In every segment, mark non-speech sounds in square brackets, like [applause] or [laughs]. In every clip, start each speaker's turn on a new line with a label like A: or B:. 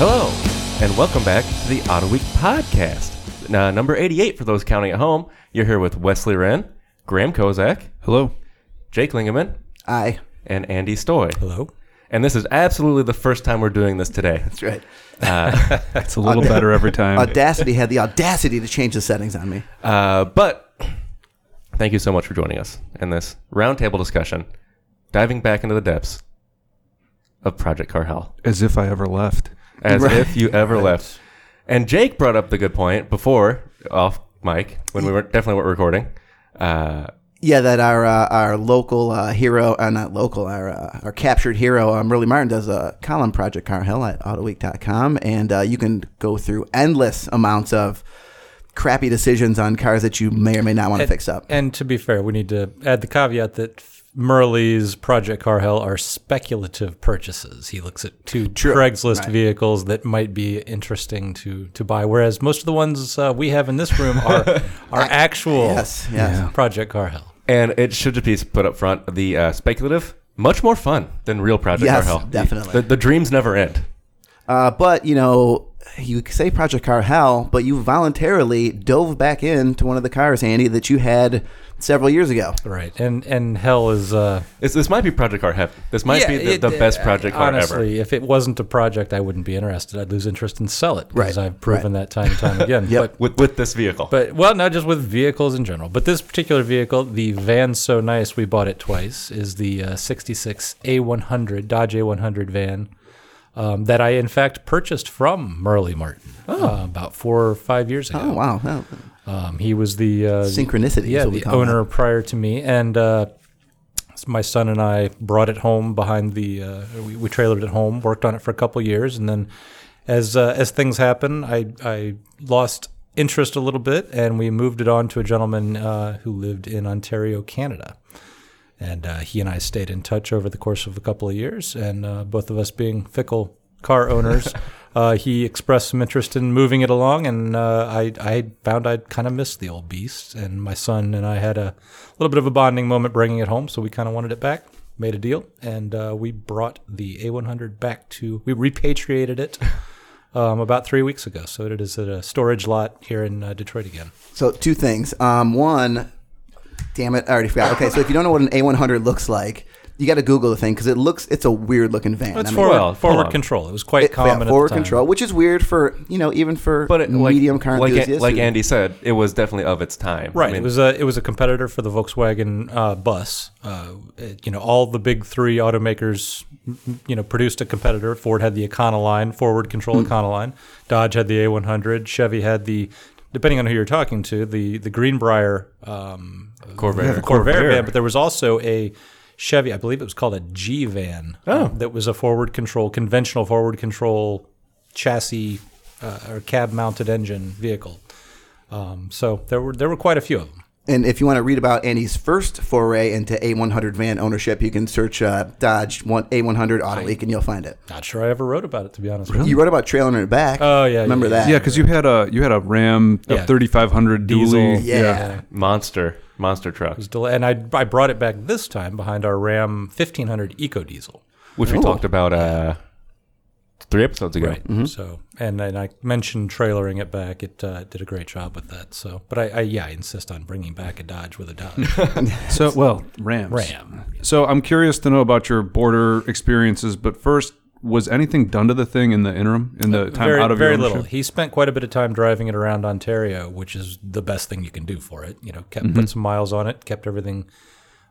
A: Hello, and welcome back to the Auto Week podcast. Now, number 88 for those counting at home. You're here with Wesley Wren, Graham Kozak,
B: Hello.
A: Jake Lingeman,
C: I.
A: and Andy Stoy.
D: Hello.
A: And this is absolutely the first time we're doing this today.
C: That's right.
B: It's [laughs] a little better every time.
C: Audacity had the audacity to change the settings on me.
A: Uh, but thank you so much for joining us in this roundtable discussion, diving back into the depths of Project Car Hell,
B: As if I ever left.
A: as
C: Right.
A: if you ever left. And Jake brought up the good point before off mic when we were definitely weren't recording. Uh,
C: Yeah, that our uh, our local uh, hero, uh, not local, our uh, our captured hero, um, Merle Martin does a column project Car Hell at AutoWeek.com, and uh, you can go through endless amounts of crappy decisions on cars that you may or may not want to
D: And-
C: fix up.
D: And to be fair, we need to add the caveat that Murley's Project Car Hell are speculative purchases. He looks at two Craigslist vehicles that might be interesting to, to buy, whereas most of the ones uh, we have in this room are
C: [laughs]
D: are actual
C: Yes, yes.
D: Project Car Hell.
A: and it should just be put up front. The uh, speculative, much more fun than real Project
C: Yes,
A: Car Hell.
C: definitely.
A: The, the dreams never end.
C: Uh, but you know, you say Project Car Hell, but you voluntarily dove back into one of the cars, Andy, that you had several years ago.
D: Right. And and Hell is uh,
A: This, this might be Project Car Heaven. This might
D: Yeah,
A: be the,
D: it-
A: the best
D: uh,
A: Project Car ever.
D: Honestly, if it wasn't a project, I wouldn't be interested. I'd lose interest and sell it because
C: Right,
D: I've proven that time and time again.
C: [laughs] Yep.
D: But
A: with with this vehicle.
D: but well, not just with vehicles in general, but this particular vehicle, the van so nice we bought it twice, is the uh, '66 A100 Dodge A100 van um, that I in fact purchased from Merle Martin uh, about four or five years ago.
C: Oh wow, Oh,
D: Um, he was the uh,
C: Synchronicity is
D: Yeah,
C: what we
D: the
C: call
D: owner prior to me, and uh, s- my son and I brought it home behind the. Uh, we, we trailered it home, worked on it for a couple years, and then as uh, as things happen, I I lost interest a little bit, and we moved it on to a gentleman uh, who lived in Ontario, Canada. And uh, he and I stayed in touch over the course of a couple of years, and uh, both of us being fickle car owners, uh, he expressed some interest in moving it along, and uh, I, I found I kind of missed the old beast, and my son and I had a little bit of a bonding moment bringing it home, so we kind of wanted it back, made a deal, and uh, we brought the A100 back to, we repatriated it. Um, about three weeks ago, so it is at a storage lot here in uh, Detroit again.
C: So two things. Um, one, damn it, I already forgot. Okay, so if you don't know what an A100 looks like, you got to Google the thing because it looks it's a weird looking van. I
D: It's
C: mean,
D: forward,
A: well, hold
D: forward
A: on.
D: control. It was quite
C: it- yeah,
D: common.
C: forward
D: at the time.
C: control, which is weird for you know even for
A: But it, like,
C: medium car
A: like,
C: enthusiasts.
A: like
C: who-
A: Andy said, it was definitely of its time.
D: Right.
A: I mean,
D: it was a it was a competitor for the Volkswagen uh, bus. Uh, it- you know, all the big three automakers, m- m- you know, produced a competitor. Ford had the Econoline, forward control Econoline. Dodge had the A100. Chevy had the, depending on who you're talking to, the the Greenbrier um,
A: Corvair.
D: Corvair van. But there was also a Chevy. I believe it was called a G van. Oh. that was a forward control, conventional forward control chassis uh, or cab mounted engine vehicle. Um, so there were there were quite a few of them.
C: and if you want to read about Andy's first foray into A100 van ownership, you can search uh, Dodge one, A100 Auto Leak and you'll find it.
D: Not sure I ever wrote about it to be honest. With you.
C: You wrote about trailing it back.
D: Oh, yeah,
C: remember
D: yeah,
C: that?
B: Yeah, because you had a you had a Ram
D: Yeah.
B: 3500 dually.
D: Diesel.
C: Yeah.
A: monster monster truck,
D: It was del- and I I brought it back this time behind our Ram 1500 Eco Diesel.
A: which we talked about uh, three episodes ago.
D: Right. So and and I mentioned trailering it back. It uh, did a great job with that. So but I, I yeah I insist on bringing back a Dodge with a Dodge
B: So well, Rams.
D: Ram.
B: So I'm curious to know about your border experiences, but first, was anything done to the thing in the interim in the time
D: Uh, very
B: out of
D: very
B: your
D: little.
B: ownership?
D: He spent quite a bit of time driving it around Ontario, which is the best thing you can do for it. You know, kept
B: Mm-hmm.
D: put some miles on it, kept everything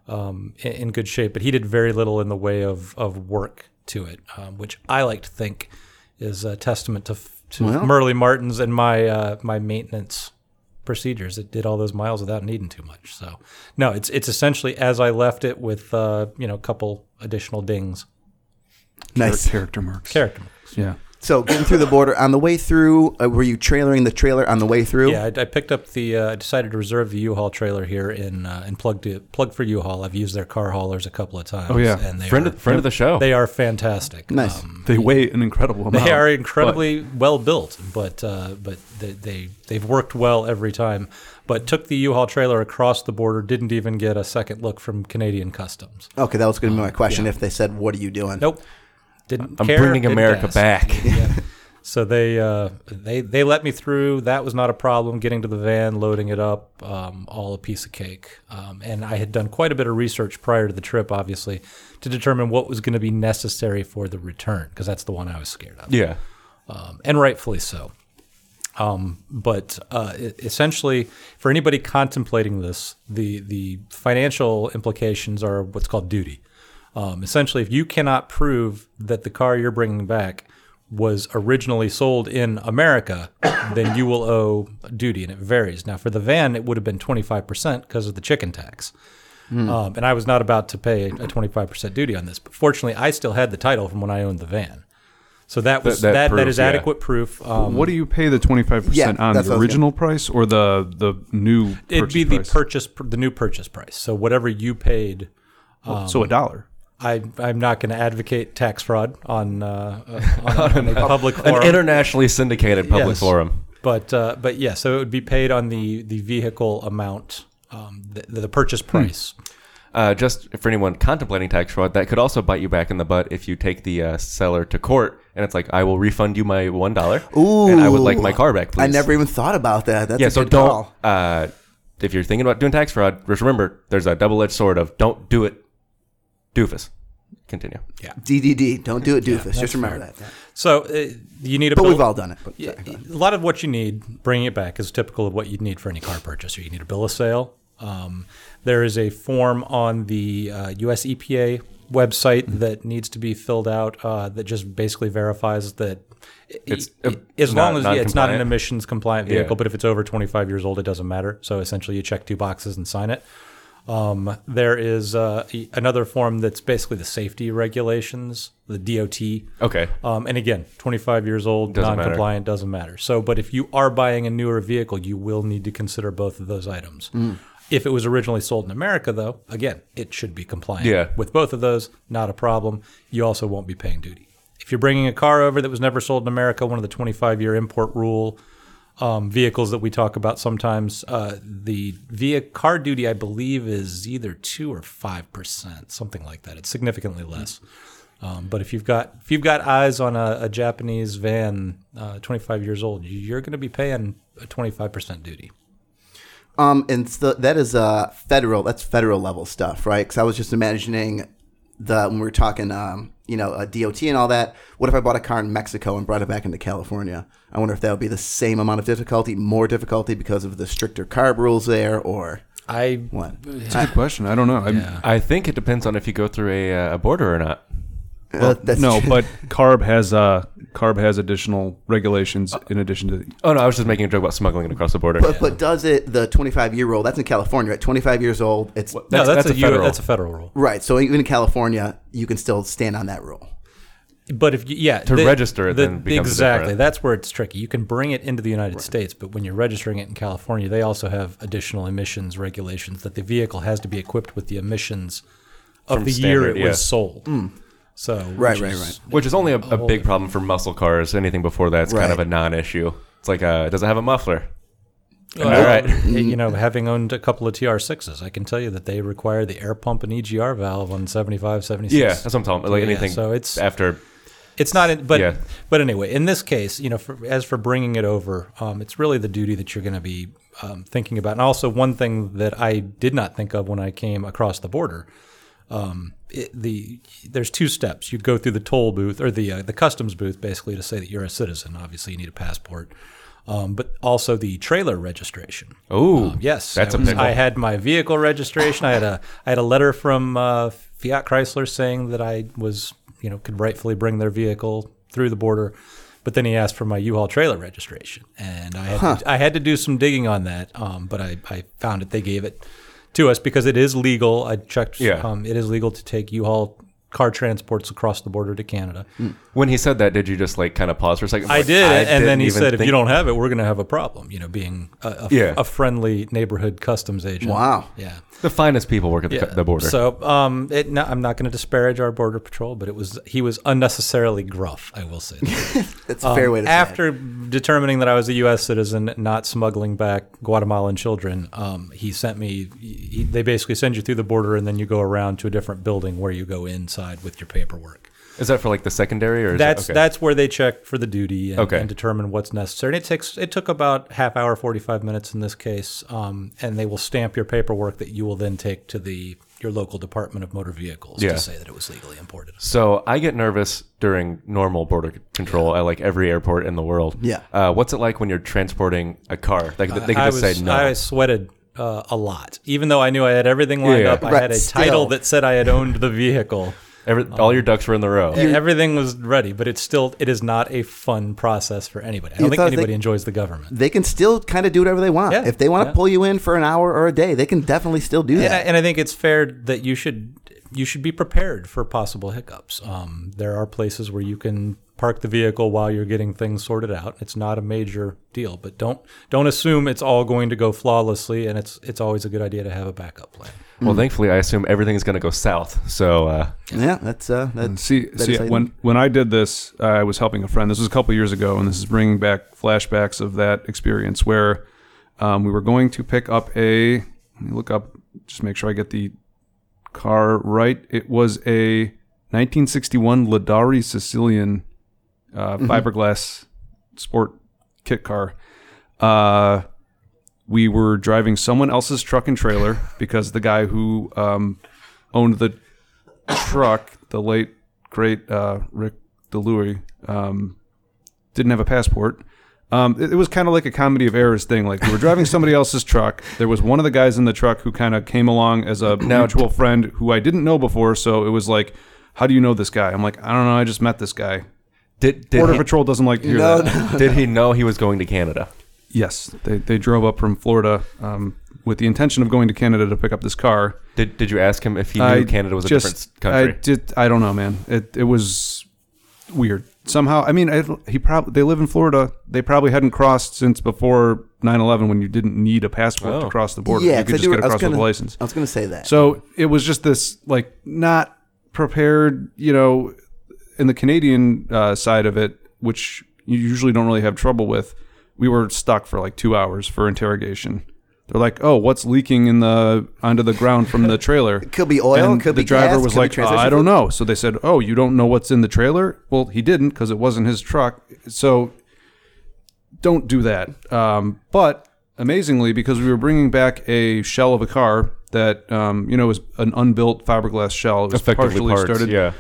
D: um, in, in good shape. But he did very little in the way of of work to it, um, which I like to think is a testament to f- to Merle Martin's and my uh, my maintenance procedures. It did all those miles without needing too much. So no, it's it's essentially as I left it with uh, you know a couple additional dings.
C: nice.
B: character marks.
D: Character.
B: Yeah.
C: So getting through the border on the way through, uh, were you trailering the trailer on the way through?
D: Yeah, I, I picked up the. uh, I decided to reserve the U-Haul trailer here in uh, and plug to plug for U-Haul. I've used their car haulers a couple of times.
B: Oh, yeah.
D: and they
A: Friend
D: are,
A: of, friend of the show.
D: they are fantastic. Um,
C: Nice.
B: They weigh an incredible amount.
D: They are incredibly well built, but uh, but they, they they've worked well every time. But took the U-Haul trailer across the border, didn't even get a second look from Canadian Customs.
C: Okay, that was going to be my question. If they said, "What are you doing?"
D: Nope, didn't.
A: I'm
D: care,
A: bringing
D: didn't [laughs]
A: America
D: ask.
A: back.
D: Yeah. So they uh, they they let me through. That was not a problem. Getting to the van, loading it up, um, all a piece of cake. Um, and I had done quite a bit of research prior to the trip, obviously, to determine what was going to be necessary for the return, because that's the one I was scared of,
A: Yeah.
D: um, and rightfully so. Um, but uh, e- essentially, for anybody contemplating this, the the financial implications are what's called duty. Um, essentially, if you cannot prove that the car you're bringing back was originally sold in America, [coughs] then you will owe duty, and it varies. Now, for the van, it would have been 25% because of the chicken tax.
A: Hmm.
D: Um, and I was not about to pay a 25% duty on this, but fortunately, I still had the title from when I owned the van. So that was
A: that
D: that, that, that
A: proves,
D: is
A: yeah.
D: adequate proof. Um,
B: What do you pay the twenty five
C: Yeah,
B: percent on
C: that's what I
B: the
C: was
B: original price or the the new?
D: It'd be the
B: purchase price?
D: purchase, pr- the new purchase price. So whatever you paid,
B: so a dollar.
D: I, I'm not going to advocate tax fraud on uh, uh,
A: [laughs]
D: on, on a public
A: An
D: forum.
A: internationally syndicated public
D: Yes.
A: forum.
D: but uh, but yeah, so it would be paid on the the vehicle amount, um, the, the purchase price.
A: Uh, just for anyone contemplating tax fraud, that could also bite you back in the butt if you take the uh, seller to court and it's like, I will refund you my one dollar, and I would like my car back, please.
C: I never even thought about that. That's
A: Yeah,
C: a
A: so
C: good
A: don't.
C: call.
A: Uh, if you're thinking about doing tax fraud, just remember there's a double-edged sword of don't do it, doofus. Continue.
C: DDD. Don't do it, doofus. Just remember that.
D: So uh, you need a
C: But
D: bill-
C: we've all done it. But
D: Yeah, a lot of what you need, bringing it back, is typical of what you'd need for any car purchaser. You need a bill of sale. Um, there is a form on the uh, US EPA website
A: Mm-hmm.
D: that needs to be filled out uh, that just basically verifies that
A: It's,
D: i-
A: uh,
D: as long
A: not-
D: as yeah, it's not an
A: non-compliant.
D: emissions compliant vehicle,
A: Yeah.
D: but if it's over 25 years old, it doesn't matter. So essentially, you check two boxes and sign it. Um, there is uh, e- another form that's basically the safety regulations, the DOT
A: Okay.
D: um, and again, 25 years old,
A: Doesn't matter.
D: non-compliant doesn't matter. So, but if you are buying a newer vehicle, you will need to consider both of those items.
A: Mm.
D: If it was originally sold in America, though, again, it should be compliant.
A: Yeah.
D: With both of those, not a problem. You also won't be paying duty. If you're bringing a car over that was never sold in America, one of the 25-year import rule um, vehicles that we talk about sometimes, uh, the via car duty, I believe, is either two or five percent, something like that. It's significantly less. Um, but if you've got if you've got eyes on a, a Japanese van, uh, 25 years old, you- you're going to be paying a 25 percent duty.
C: Um, and so that is uh federal. That's federal level stuff, right? Because I was just imagining the when we were talking, um, you know, a DOT and all that. What if I bought a car in Mexico and brought it back into California? I wonder if that would be the same amount of difficulty, more difficulty because of the stricter carb rules there, or
D: I
C: what?
B: It's a good question. I don't know. I'm,
A: I think it depends on if you go through a, uh, a border or not.
C: Uh, that's
B: no,
C: true.
B: but carb has uh carb has additional regulations in addition to the,
A: Oh no, I was just making a joke about smuggling it across the border.
C: But, but does it the 25 year old that's in California right 25 years old it's
D: no, that's, a, U-
A: federal.
D: that's a federal rule.
C: right so even in California you can still stand on that rule
D: But if you, yeah, to
A: register it then becomes
D: exactly
A: different.
D: that's where it's tricky. You can bring it into the United States, but when you're registering it in California, they also have additional emissions regulations that the vehicle has to be equipped with the emissions of
A: From
D: the year
A: standard,
D: it
A: yeah.
D: was sold. So
C: Mm. Right,
D: which
C: right,
D: is-
C: right.
A: which is only a, a big problem for muscle cars. Anything before that's kind of a
C: Oh, Right.
A: non-issue. It's like, uh, does it have a muffler?
D: Well,
A: All right. Mm-hmm.
D: You know, having owned a couple of TR6s, I can tell you that they require the air pump and EGR valve on 75, 76.
A: Yeah, that's what I'm talking. about. Like
D: Yeah,
A: anything.
D: so it's-
A: after.
D: It's not, in, but
A: Yeah.
D: but anyway, in this case, you know, for, as for bringing it over, um, it's really the duty that you're going to be um, thinking about. And also, one thing that I did not think of when I came across the border, um, it, the there's two steps. You go through the toll booth or the uh, the customs booth, basically, to say that you're a citizen. Obviously, you need a passport, um, but also the trailer registration.
A: Oh
D: Yes,
A: that's
D: I,
A: a
D: was-
A: pickle.
D: I had my vehicle registration. I had a I had a letter from uh, Fiat Chrysler saying that I was you know could rightfully bring their vehicle through the border, but then he asked for my U-Haul trailer registration, and I had to, I had to do some digging on that. Um, but I, I found it. They gave it to us because it is legal. I checked.
A: Yeah.
D: Um, it is legal to take U-Haul car transports across the border to Canada.
A: When he said that, did you just like kind of pause for a second?
D: I
A: Like,
D: did, and then
A: didn't
D: he
A: even
D: said, "If you
A: think-
D: don't have it, we're going to have a problem." You know, being a, a,
A: Yeah.
D: a friendly neighborhood customs agent.
C: Wow.
D: Yeah.
A: the finest people work at the,
D: Yeah.
A: the border.
D: So um, it, no, I'm not going to disparage our border patrol, but it was he was unnecessarily gruff. I will say. that.
C: that's a fair way to say it.
D: Um, After determining that I was a U.S. citizen, not smuggling back Guatemalan children, um, he sent me. He, they basically send you through the border, and then you go around to a different building where you go inside with your paperwork.
A: Is that for like the secondary or is
D: that's
A: that, okay.
D: that's where they check for the duty and,
A: Okay.
D: and determine what's necessary. And it takes it took about half hour, forty five minutes in this case, um, and they will stamp your paperwork that you will then take to the your local Department of Motor Vehicles
A: Yeah.
D: to say that it was legally imported.
A: So I get nervous during normal border c- control at like every airport in the world.
C: Yeah.
A: Uh, what's it like when you're transporting a car? Like th- they can
D: I
A: just
D: was
A: say no.
D: I sweated. Uh, a lot, even though I knew I had everything lined
A: Yeah.
D: up. I
C: Right,
D: had a
C: still.
D: title that said I had owned the
C: [laughs]
D: vehicle.
A: Every,
D: Oh.
A: all your ducks were in the row.
D: everything was ready, but it's still it is not a fun process for anybody. I
C: You
D: don't think
C: thought they-
D: anybody enjoys the government.
C: They can still kind of do whatever they want.
D: Yeah,
C: if they want to
D: yeah.
C: pull you in for an hour or a day, they can definitely still do
D: And I,
C: that.
D: and I think it's fair that you should you should be prepared for possible hiccups. Um, there are places where you can park the vehicle while you're getting things sorted out. It's not a major deal, but don't don't assume it's all going to go flawlessly. And it's it's always a good idea to have a backup plan.
A: Well, thankfully, I assume everything is going to go south. So uh,
C: yeah, that's uh,
B: And
C: that's
B: see,
C: that
B: see
C: is how you-
B: when when I did this, I was helping a friend. This was a couple years ago, and this is bringing back flashbacks of that experience where um, we were going to pick up a. Let me look up, just make sure I get the car right. It was a 1961 Ladari Sicilian uh, fiberglass sport kit car. Uh, we were driving someone else's truck and trailer because the guy who um, owned the truck, the late great uh, Rick DeLuey, um, didn't have a passport. Um, it, it was kind of like a comedy of errors thing. Like we were driving somebody [laughs] else's truck. There was one of the guys in the truck who kind of came along as a mutual friend who I didn't know before. So it was like, "How do you know this guy?" I'm like, "I don't know. I just met this guy."
A: did did
B: Border
A: [laughs] he,
B: Patrol doesn't like to hear that.
A: did he know he was going to Canada?
B: Yes, they they drove up from Florida um, with the intention of going to Canada to pick up this car.
A: Did Did you ask him if he knew Canada was a different s- country?
B: I did. I don't know, man. It it was weird somehow. I mean, I, he probably they live in Florida. They probably hadn't crossed since before 9-11 when you didn't need a passport to
A: Oh.
B: cross the border.
C: yeah.
B: you
C: 'cause
B: could
C: I
B: just
C: do-
B: get
C: I was
B: across with
C: gonna-
B: a license.
C: I was gonna say that.
B: So it was just this like not prepared, you know, in the Canadian uh, side of it, which you usually don't really have trouble with. We were stuck for like two hours for interrogation. They're like, "Oh, what's leaking in the onto the ground from the trailer?"
C: [laughs] could be oil.
B: and
C: could
B: the
C: be
B: driver
C: gas,
B: was
C: could be
B: like, "Uh,
C: transmission
B: "I don't
C: fluid."
B: know." So they said, "Oh, you don't know what's in the trailer?" Well, he didn't because it wasn't his truck. So don't do that. Um, but amazingly, because we were bringing back a shell of a car that um, you know was an unbuilt fiberglass shell, it was partially started.
A: yeah.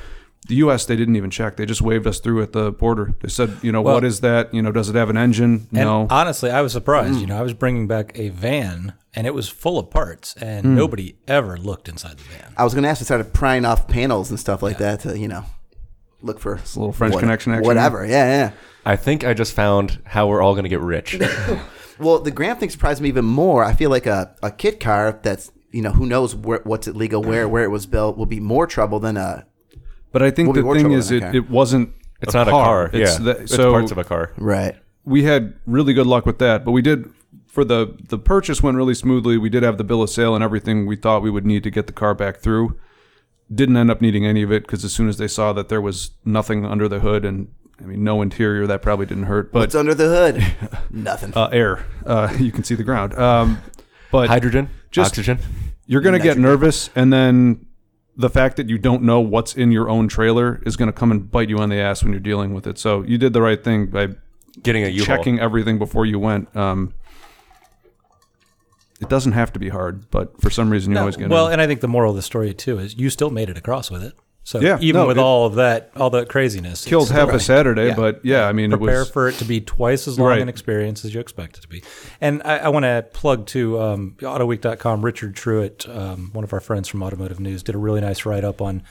B: The U.S. they didn't even check; they just waved us through at the border. They said, "You know, what is that? You know, does it have an engine?
D: And
B: no." Mm.
D: honestly, I was surprised. You know, I was bringing back a van and it was full of parts, and
B: Mm.
D: nobody ever looked inside the van.
C: I was gonna ask to start prying off panels and stuff like that to you know look for
B: a little French Connection action.
C: Whatever. Yeah, yeah.
A: I think I just found how we're all going to get
B: [laughs]
A: rich.
C: Well, the Graham thing surprised me even more. I feel like a, a kit car that's, you know, who knows where, what's illegal where, where it was built will be more trouble than a.
B: but I think
C: We'll be
B: the
C: more
B: thing
C: trouble
B: is,
C: than
B: it,
C: that car.
B: it wasn't.
A: It's not a car.
B: It's
A: yeah.
B: the-
A: it's
B: so
A: parts of a car.
C: Right.
B: we had really good luck with that, but we did for the the purchase went really smoothly. We did have the bill of sale and everything we thought we would need to get the car back through. Didn't end up needing any of it because as soon as they saw that there was nothing under the hood and I mean no interior, that probably didn't hurt, but
C: What's under the hood? Nothing.
B: uh, air. Uh, [laughs] you can see the ground. Um, but
A: Hydrogen,
B: Just-
A: oxygen.
B: you're going to get nervous and then the fact that you don't know what's in your own trailer is going to come and bite you on the ass when you're dealing with it. So you did the right thing by
A: Getting a U-Haul.
B: checking everything before you went. Um, it doesn't have to be hard, but for some reason you always get.
D: well,
B: it.
D: and I think the moral of the story too is you still made it across with it. So
B: Yeah,
D: even
B: no,
D: with
B: it-
D: all of that, all that craziness, it's
B: kills
D: still
B: half a
D: running.
B: Saturday,
D: Yeah.
B: but yeah, I mean it
D: prepare
B: was.
D: for it to be twice as long
B: Right.
D: an experience as you expect it to be. And I, I want to plug to um, AutoWeek.com. Richard Truitt, um, one of our friends from Automotive News, did a really nice write up on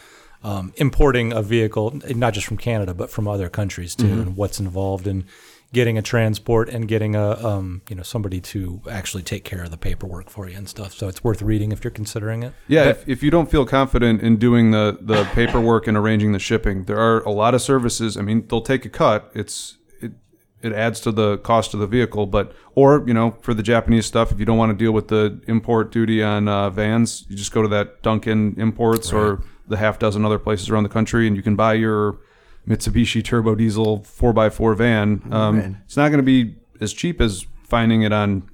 D: um, importing a vehicle, n- not just from Canada but from other countries too, and what's involved in getting a transport and getting a um, you know somebody to actually take care of the paperwork for you and stuff. So it's worth reading if you're considering it.
B: yeah, if, if you don't feel confident in doing the the paperwork and arranging the shipping, there are a lot of services. I mean, they'll take a cut. It's it it adds to the cost of the vehicle, but or you know, for the Japanese stuff, if you don't want to deal with the import duty on uh, vans, you just go to that Duncan Imports or the half dozen other places around the country, and you can buy your Mitsubishi turbo diesel 4x4 van. Um, It's not going to be as cheap as finding it on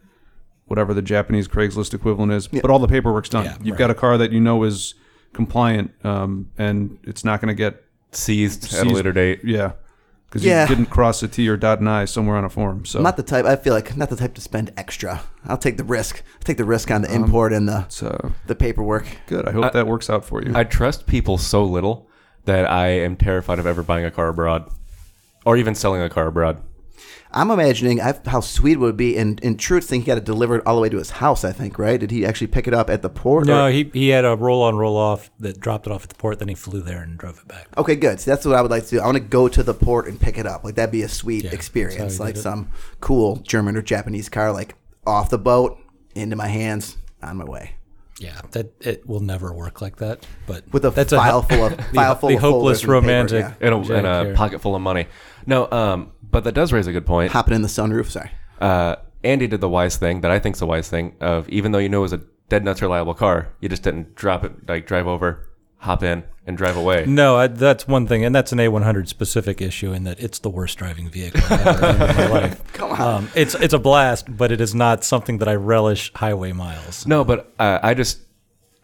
B: whatever the Japanese Craigslist equivalent is, but all the paperwork's done. You've got a car that you know is compliant um, and it's not going to get
A: seized, at a
B: Seized.
A: later date.
B: Yeah. Because
C: Yeah.
B: you didn't cross a T or dot an I somewhere on a form. So
C: I'm not the type. I feel like I'm not the type to spend extra. I'll take the risk. I'll take the risk on the import and the
B: it's uh,
C: the paperwork.
B: good. I hope
A: I-
B: that works out for you.
A: Uh, I trust people so little that I am terrified of ever buying a car abroad, or even selling a car abroad.
C: I'm imagining i how sweet it would be. And in Truett's thing, he got it delivered all the way to his house. I think, right? Did he actually pick it up at the port?
D: No,
C: or-
D: he, he had a roll on roll off that dropped it off at the port. Then he flew there and drove it back.
C: Okay, good. So that's what I would like to do. I want to go to the port and pick it up. Like that'd be a sweet
D: that's how
C: experience.
D: he
C: Like
D: did it.
C: some cool German or Japanese car, like off the boat into my hands on my way
D: Yeah, that it will never work like that. But
C: with a
D: that's
C: file
D: ho-
C: full of
D: the,
C: file full
D: the
C: of
D: hopeless
C: folders and paper,
D: romantic
C: yeah.
A: and a,
D: Jack
A: and a
D: here.
A: pocket full of money. No, um, but that does raise a good point.
C: Hopping in the sunroof. Sorry.
A: Uh, Andy did the wise thing that I think's a wise thing of even though you know it was a dead nuts reliable car, you just didn't drop it like drive over, hop in, and drive away.
D: [laughs] No, I, that's one thing, and that's an A100 specific issue in that it's the worst driving vehicle I've ever
C: [laughs]
D: owned in my life. Come on, um, it's it's a blast, but it is not something that I relish highway miles.
A: No, but uh, I just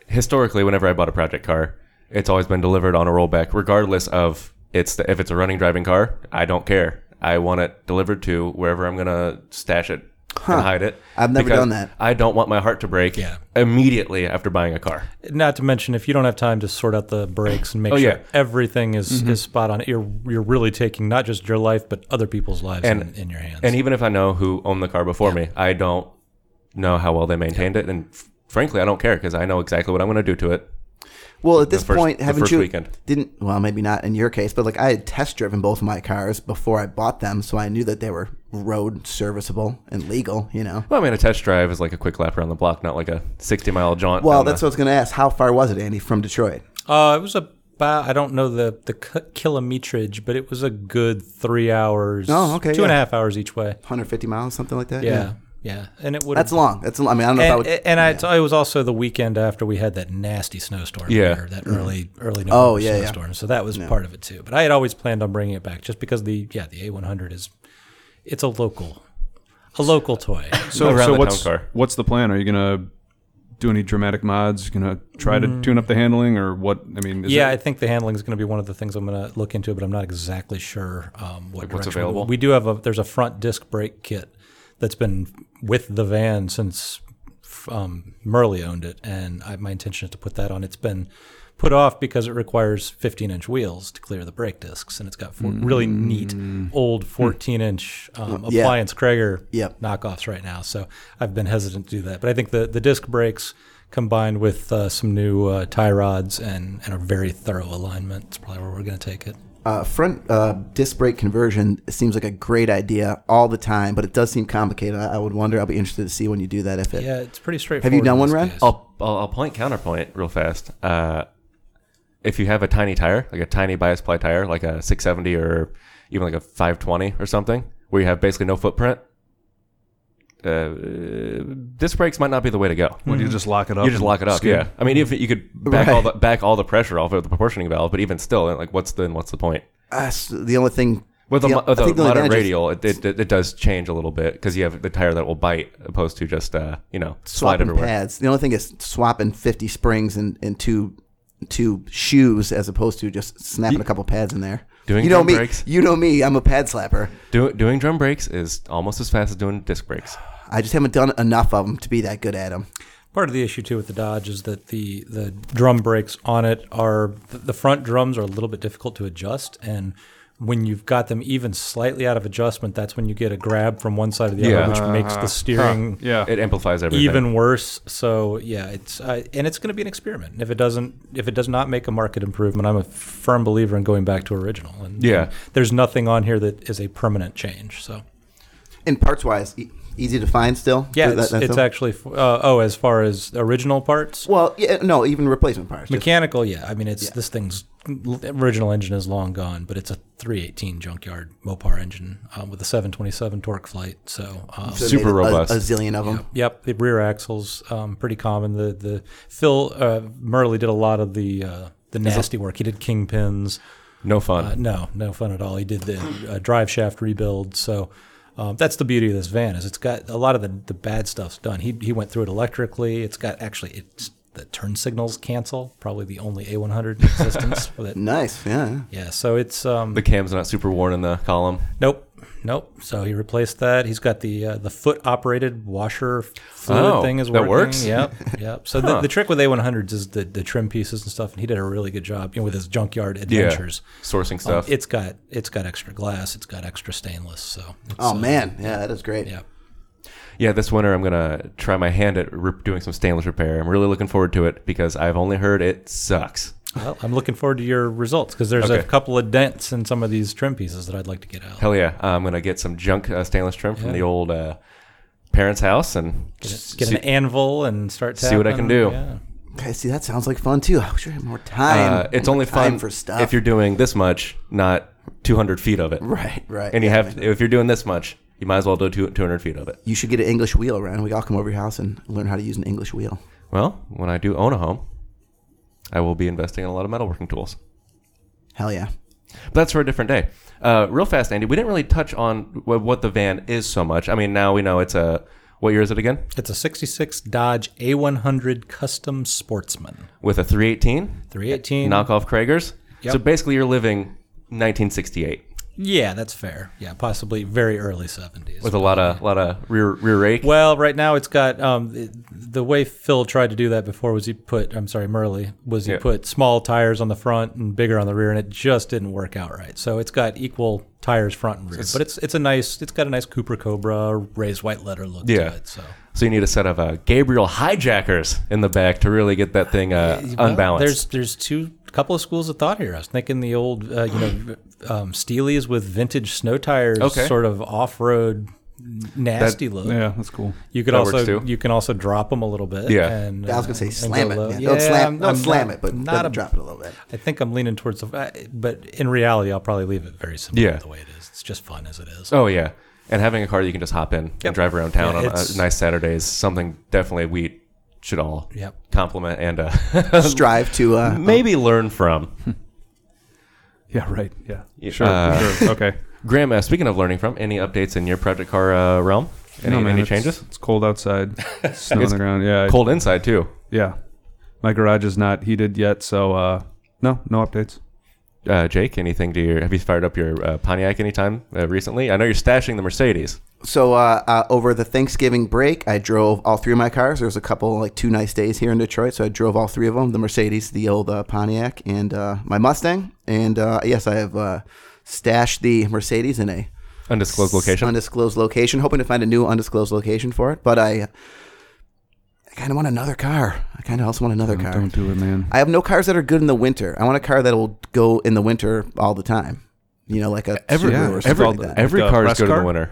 A: historically, whenever I bought a project car, it's always been delivered on a rollback, regardless of it's the, if it's a running driving car. I don't care. I want it delivered to wherever I'm gonna stash it and hide it.
C: I've never
A: because
C: done that.
A: I don't want my heart to break
D: Yeah.
A: immediately after buying a car.
D: Not to mention, if you don't have time to sort out the brakes and make
A: Oh,
D: sure
A: yeah. Mm-hmm.
D: everything is, is spot on, you're you're really taking not just your life but other people's lives
A: And-
D: in, in your hands.
A: And even if I know who owned the car before me, I don't know how well they maintained it, and f- frankly, I don't care because I know exactly what I'm gonna do to it.
C: Well, at this
A: first-
C: point,
A: the
C: haven't
A: first
C: you?
A: weekend.
C: Didn't well, maybe not in your case, but like I had test driven both my cars before I bought them, so I knew that they were road serviceable and legal. You know.
A: Well, I mean, a test drive is like a quick lap around the block, not like a 60 mile jaunt.
C: Well,
A: down the-
C: that's what I was going to ask. How far was it, Andy, from Detroit?
D: Uh, it was about I don't know the the k- kilometrage, but it was a good three hours.
C: Oh, okay,
D: two and a half
C: yeah.
D: hours each way.
C: 150 miles, something like that.
D: Yeah, yeah, and it would
C: That's long. That's long. I mean, I don't know if I
D: And,
C: would.
D: and I, it was also the weekend after we had that nasty snowstorm.
A: Yeah.
D: here, that early early November
C: Mm-hmm. Oh, yeah, yeah.
D: snowstorm. So that was part of it too. But I had always planned on bringing it back just because the yeah the A one hundred is it's a local a local toy.
B: so
A: Around
B: so
A: the town
B: what's
A: car.
B: what's the plan? Are you gonna do any dramatic mods? You gonna try to tune up the handling or what? I mean, is
D: Mm. yeah,
B: it-
D: I think the handling is going to be one of the things I'm going to look into, but I'm not exactly sure um, what
A: what's
D: direction-
A: available?
D: We do have a there's a front disc brake kit that's been with the van since f- um, Murley owned it, and I, my intention is to put that on. It's been put off because it requires 15 inch wheels to clear the brake discs, and it's got four, really neat old 14 inch um,
C: Yeah.
D: appliance Krager
C: Yep.
D: knockoffs right now. So I've been hesitant to do that. But I think the, the disc brakes combined with uh, some new uh, tie rods and, and a very thorough alignment is probably where we're going to take it.
C: Uh, front uh, disc brake conversion seems like a great idea all the time, but it does seem complicated. I, I would wonder. I'll be interested to see when you do that. If it,
D: Yeah, it's pretty straightforward.
C: have you done
D: in
C: one, Oh.
D: this
C: Ren?
D: case.
A: I'll, I'll, I'll point counterpoint real fast. Uh, if you have a tiny tire, like a tiny bias ply tire, like a 670 or even like a 520 or something, where you have basically no footprint, uh, disc brakes might not be the way to go.
B: What, you just lock it up?
A: You just
B: and
A: lock it up.
B: skid?
A: Yeah, I mean, if you could back all the
C: Mm-hmm. Right.
A: back all the pressure off of the proportioning valve, but even still, like what's the what's the point?
C: Uh, s- the only thing
A: With a,
C: the,
A: mo- with
C: I
A: a
C: think the only
A: modern
C: advantage is
A: radial, it, it, it, it does change a little bit because you have the tire that will bite opposed to just uh, you know slide
C: swapping
A: everywhere.
C: pads. The only thing is swapping 50 springs and, and two two shoes as opposed to just snapping a couple pads in there.
A: Doing
C: you know
A: drum
C: me.
A: brakes?
C: You know me. I'm a pad slapper.
A: Do, doing drum brakes is almost as fast as doing disc brakes.
C: I just haven't done enough of them to be that good at them.
D: Part of the issue too with the Dodge is that the the drum brakes on it are th- the front drums are a little bit difficult to adjust, and when you've got them even slightly out of adjustment, that's when you get a grab from one side or the
A: Yeah.
D: other, which makes the steering
B: Yeah.
A: It amplifies everything.
D: Uh,
C: Mm-hmm.
D: even worse. So yeah, it's uh, and it's going to be an experiment. And If it doesn't, if it does not make a market improvement, I'm a firm believer in going back to original. And
A: Yeah.
D: there's nothing on here that is a permanent change. So
C: And parts wise, e- easy to find still.
D: yeah,
C: That-
D: it's,
C: that's
D: it's
C: all?
D: actually f- uh, oh, as far as original parts,
C: well, yeah, no, even replacement parts. just-
D: mechanical. Yeah, I mean it's this thing's original engine is long gone, but it's a 318 junkyard Mopar engine um, with a 727 torque flight. So um,
C: So they
A: Super
C: made a-
A: robust.
C: A, zillion of them.
D: Yep, the rear axles um, pretty common. The the Phil uh, Murley did a lot of the uh, the nasty work. He did kingpins.
A: no fun.
D: Uh, no, no fun at all. He did the uh, drive shaft rebuild. So um, that's the beauty of this van is it's got a lot of the, the bad stuff's done. He he went through it electrically. It's got actually it's the turn signals cancel. Probably the only A100 in existence for that.
C: Nice. Yeah.
D: Yeah, so it's um,
A: The cam's not super worn in the column.
D: nope, nope. So he replaced that. He's got the uh, the foot operated washer fluid
A: Oh,
D: thing is
A: that
D: working.
A: works?
D: Yep, yep. So the, the trick with A100s is the the trim pieces and stuff, and he did a really good job. You know, with his junkyard adventures.
A: Sourcing
D: Um,
A: stuff.
D: it's got it's got extra glass. It's got extra stainless. So it's,
C: Oh
D: uh,
C: man. Yeah, that is great.
D: yeah.
A: yeah, this winter I'm gonna try my hand at re- doing some stainless repair. I'm really looking forward to it because I've only heard it sucks.
D: Well, I'm looking forward to your results because there's a
A: Okay.
D: couple of dents in some of these trim pieces that I'd like to get out.
A: Hell yeah, I'm gonna get some junk uh, stainless trim from
D: Yeah.
A: the old uh, parents' house and
D: Get,
A: just
D: get
A: see-
D: an anvil and start tapping.
A: see what I can do.
D: Yeah.
C: Okay. See, that sounds like fun too. I wish I had more time.
A: uh, it's
C: More
A: only
C: time
A: fun
C: for stuff.
A: if you're doing this much, not 200 feet of it.
C: [laughs] right. Right.
A: And you have if you're doing this much, you might as well do two- 200 feet of it.
C: You should get an English wheel, Ryan. We all come over your house and learn how to use an English wheel.
A: Well, when I do own a home, I will be investing in a lot of metalworking tools.
C: Hell yeah.
A: But that's for a different day. Uh, real fast, Andy. We didn't really touch on wh- what the van is so much. I mean, now we know it's a what year is it again?
D: It's a 66 Dodge A100 Custom Sportsman.
A: With a 318
D: 318.
A: knockoff Kragers.
D: Yep.
A: So basically, you're living 1968
D: Yeah, that's fair. Yeah, possibly very early 70s.
A: with a lot of lot of rear rear rake.
D: well, right now it's got um, the, the way Phil tried to do that before was he put, I'm sorry, Murley, was he
A: Yeah.
D: put small tires on the front and bigger on the rear, and it just didn't work out right. So it's got equal tires front and rear, but it's it's a nice, it's got a nice Cooper Cobra raised white letter look
A: Yeah.
D: to it. So
A: So you need a set of uh, Gabriel hijackers in the back to really get that thing uh, unbalanced.
D: There's there's two couple of schools of thought here. I was thinking the old uh, you know um, Steelies with vintage snow tires,
A: Okay.
D: sort of off road nasty look.
B: Yeah, that's cool.
D: You could
A: That works
D: also
A: too.
D: you can also drop them a little bit.
A: Yeah.
D: and,
C: I was gonna
D: uh,
C: say
D: and
C: slam
D: go
C: it.
D: low.
C: Yeah, don't slam,
D: I'm-
C: don't
D: I'm
C: slam
D: not-
C: it, but
D: not
C: let
D: a,
C: it drop it a little bit.
D: I think I'm leaning towards the. I- But in reality, I'll probably leave it very similar
A: Yeah.
D: to the way it is. It's just fun as it is.
A: oh yeah, and having a car you can just hop in and drive around town on
D: Yeah,
A: uh,
D: it's-
A: nice Saturdays. Something definitely we should all
D: Yep.
A: compliment and uh, [laughs]
C: Strive to.
D: [laughs]
C: Uh,
A: maybe learn from.
B: Yeah, right. Yeah,
A: Yeah.
B: sure,
A: Uh,
B: sure. Okay.
A: Graham, uh, speaking of learning from, any updates in your project car uh, realm? Any,
B: No, man,
A: any
B: it's-
A: changes?
B: It's cold outside.
A: [laughs]
B: Snow on the ground. Yeah, I-
A: Cold inside too.
B: Yeah, my garage is not heated yet, so uh, no, no updates.
A: Uh, Jake, anything to your? Have you fired up your uh, Pontiac anytime uh, recently? I know you're stashing the Mercedes.
C: so uh, uh, over the Thanksgiving break, I drove all three of my cars. There was a couple like two nice days here in Detroit, so I drove all three of them: the Mercedes, the old uh, Pontiac, and uh, my Mustang. And uh, yes, I have uh, stashed the Mercedes in a
A: Undisclosed location.
C: undisclosed location, hoping to find a new undisclosed location for it. But I, I kind of want another car. I kind of also want another car.
B: Don't do it, man.
C: I have no cars that are good in the winter. I want a car that will go in the winter all the time. You know, like a
A: Every-
C: Subaru
B: yeah,
C: or something
A: every
C: like that.
A: every
B: Like a
A: car is
B: press
A: good in
B: car?
A: the winter.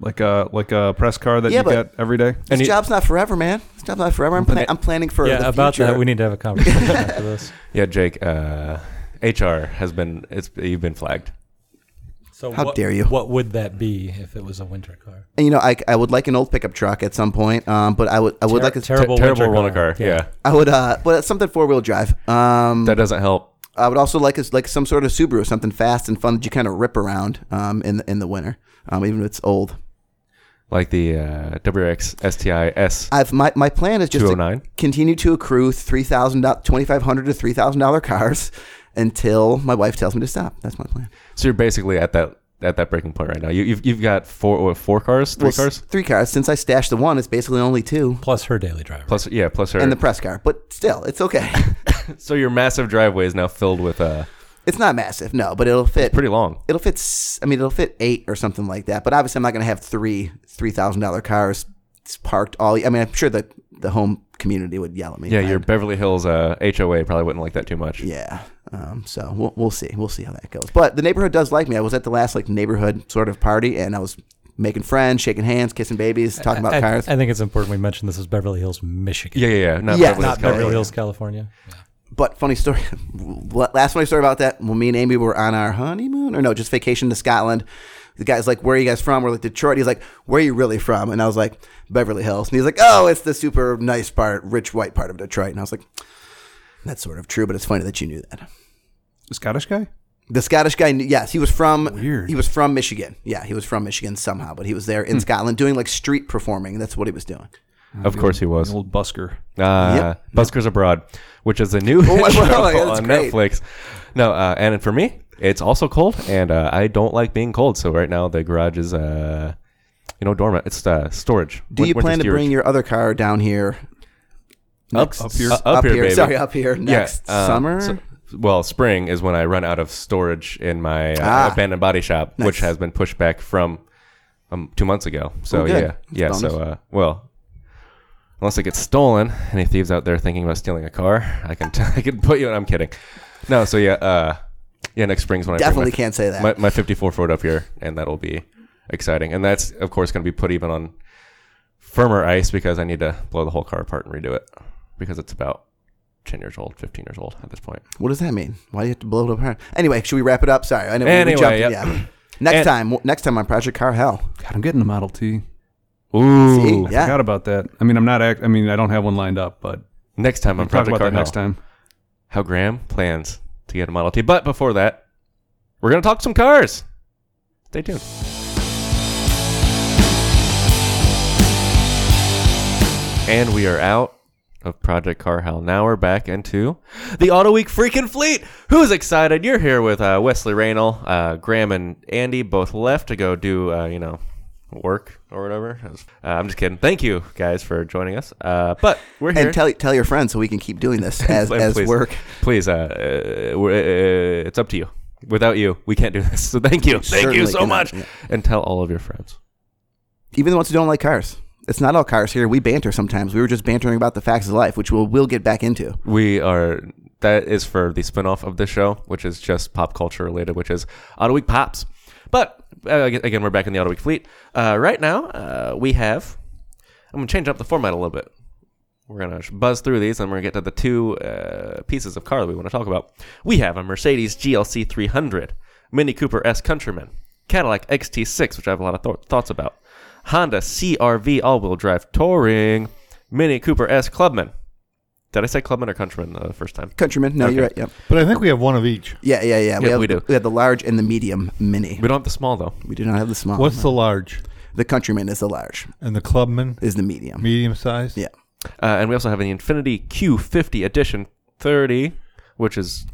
B: Like a like a press car that
C: Yeah,
B: you
C: but-
B: get every day.
C: This
A: you-
C: job's not forever, man. This job's not forever. I'm, pla- I'm planning for
D: yeah,
C: the
D: about
C: future.
D: that we need to have a
C: [laughs]
D: conversation after this.
A: Yeah, Jake. Uh, HR has been. It's you've been flagged.
D: So
C: How
D: what-
C: dare you.
D: What would that be if it was a winter car?
C: And, you know, I, I would like an old pickup truck at some point. Um, but I would I would
D: Ter-
C: like a
A: Ter-
D: terrible,
A: terrible
D: winter
A: roller car. Yeah.
C: I would uh, but it's something four wheel drive. Um,
A: that doesn't help.
C: I would also like a, like some sort of Subaru, something fast and fun that you kind of rip around um in the, in the winter, um even if it's old.
A: Like the uh, WRX STI S
C: I've my, my plan is just
A: two
C: to
A: hundred nine.
C: continue to accrue three thousand twenty five hundred to three thousand dollar cars until my wife tells me to stop. That's my plan.
A: So you're basically at that at that breaking point right now. You, you've you've got four what, four cars, three
C: Well, s-
A: cars,
C: Three cars. Since I stashed the one, it's basically only two
D: Plus her daily driver.
A: plus yeah, plus her.
C: and the press car. But still, it's okay.
A: so your massive driveway is now filled with uh
C: it's not massive, no, but it'll fit.
A: pretty long.
C: it'll fit. s- I mean, it'll fit eight or something like that. But obviously, I'm not going to have three three thousand dollar cars parked all. I mean, I'm sure that the home community would yell at me.
A: Yeah,
C: if I-
A: your Beverly Hills uh, HOA probably wouldn't like that too much.
C: Yeah. Um, so we'll, we'll see. We'll see how that goes. But the neighborhood does like me. I was at the last like neighborhood sort of party, and I was making friends, shaking hands, kissing babies, talking about
D: I,
C: cars.
D: I think it's important we mention this is Beverly Hills, Michigan.
A: Yeah, yeah, yeah. Not Beverly
C: Yeah,
A: Hills,
D: not Beverly
A: California.
D: Hills, California.
C: but funny story. [laughs] last funny story about that. When me and Amy were on our honeymoon, or no, just vacation to Scotland. The guy's like, "Where are you guys from?" We're like, "Detroit." He's like, "Where are you really from?" And I was like, "Beverly Hills." And he's like, "Oh, it's the super nice part, rich white part of Detroit." And I was like, "That's sort of true, but it's funny that you knew that."
B: Scottish guy.
C: The Scottish guy, knew- yes, he was from
B: Weird.
C: he was from Michigan. Yeah, he was from Michigan somehow, but he was there in Scotland doing like street performing. That's what he was doing.
A: Of course he was.
B: An Ah, old busker.
A: Uh,
C: Yep.
A: Buskers Abroad, which is a
C: [laughs]
A: new
C: Oh, wow,
A: [laughs] show
C: that's
A: on
C: great.
A: Netflix. No, uh, and for me, it's also cold, and uh, I don't like being cold. So right now, the garage is, uh, you know, dormant. It's uh, storage.
C: Do
A: Win-
C: you plan
A: winter
C: to bring your other car down here?
A: Up-
C: next-
A: up here? Uh, up here, baby.
C: Sorry, up here
A: Yeah,
C: next
A: uh,
C: summer.
A: so- well, spring is when I run out of storage in my uh,
C: Ah.
A: abandoned body shop, which
C: Nice.
A: has been pushed back from um, two months ago. So
C: Oh,
A: yeah,
C: good.
A: yeah.
C: That's a
A: so
C: bonus.
A: uh, well, unless it gets stolen, any thieves out there thinking about stealing a car, I can t- [laughs] I can put you. in I'm kidding. No, so yeah, uh, yeah. Next spring's when
C: Definitely
A: I bring
C: can't say that.
A: my, my, my 54 Ford up here, and that'll be exciting. And that's of course going to be put even on firmer ice because I need to blow the whole car apart and redo it because it's about 10 years old, 15 years old at this point.
C: what does that mean? Why do you have to blow it up? her? Anyway, should we wrap it up? Sorry, I know
A: Anyway,
C: we jumped.
A: yep.
C: Yeah. Next
A: And-
C: time, next time on Project Car Hell.
B: God, I'm getting a Model T.
A: Ooh.
C: See? Yeah.
B: Forgot about that. I mean, I'm not. Act- I mean, I don't have one lined up, but
A: Next time
B: we'll
A: on
B: talk
A: Project
B: about
A: Car
B: that next time.
A: How Graham plans to get a Model T. But before that, we're going to talk some cars. Stay tuned. And we are out of Project Car Hell. Now we're back into the Auto Week freaking fleet. Who's excited? You're here with uh, Wesley Raynal, uh, Graham, and Andy both left to go do, uh, you know, work or whatever. Uh, I'm just kidding. Thank you guys for joining us. Uh, but we're here
C: And tell tell your friends so we can keep
A: [laughs]
C: doing this as
A: please,
C: as
A: please,
C: work.
A: Please, uh, uh, we're, uh, it's up to you. Without you, we can't do this. [laughs] So thank you, thank you
C: Certainly
A: so
C: cannot,
A: much,
C: yeah.
A: and tell all of your friends.
C: Even the ones who don't like cars. It's not all cars here. We banter sometimes. We were just bantering about the facts of life, which we'll we'll get back into.
A: We are. That is for the spinoff of this show, which is just pop culture related, which is Auto Week Pops. But uh, ag- again, we're back in the Auto Week fleet. Uh, right now, uh, we have. I'm gonna change up the format a little bit. We're gonna sh- buzz through these, and we're gonna get to the two uh, pieces of car that we want to talk about. We have a Mercedes GLC 300, Mini Cooper S Countryman, Cadillac XT6, which I have a lot of th- thoughts about, Honda CRV all-wheel drive touring, Mini Cooper S Clubman. Did I say Clubman or Countryman the first time?
C: Countryman, no,
A: Okay.
C: you're right. Yep.
E: But I think we have one of each.
C: Yeah, yeah, yeah.
A: Yeah,
C: have,
A: we do.
C: We have the large and the medium mini.
A: We don't have the small though.
C: We do not have the small.
E: What's the large?
C: the Countryman is the large.
E: And the clubman,
C: Is the medium.
E: medium size?
C: Yeah.
A: Uh, and we also have an Infinity Q50 Edition 30, which is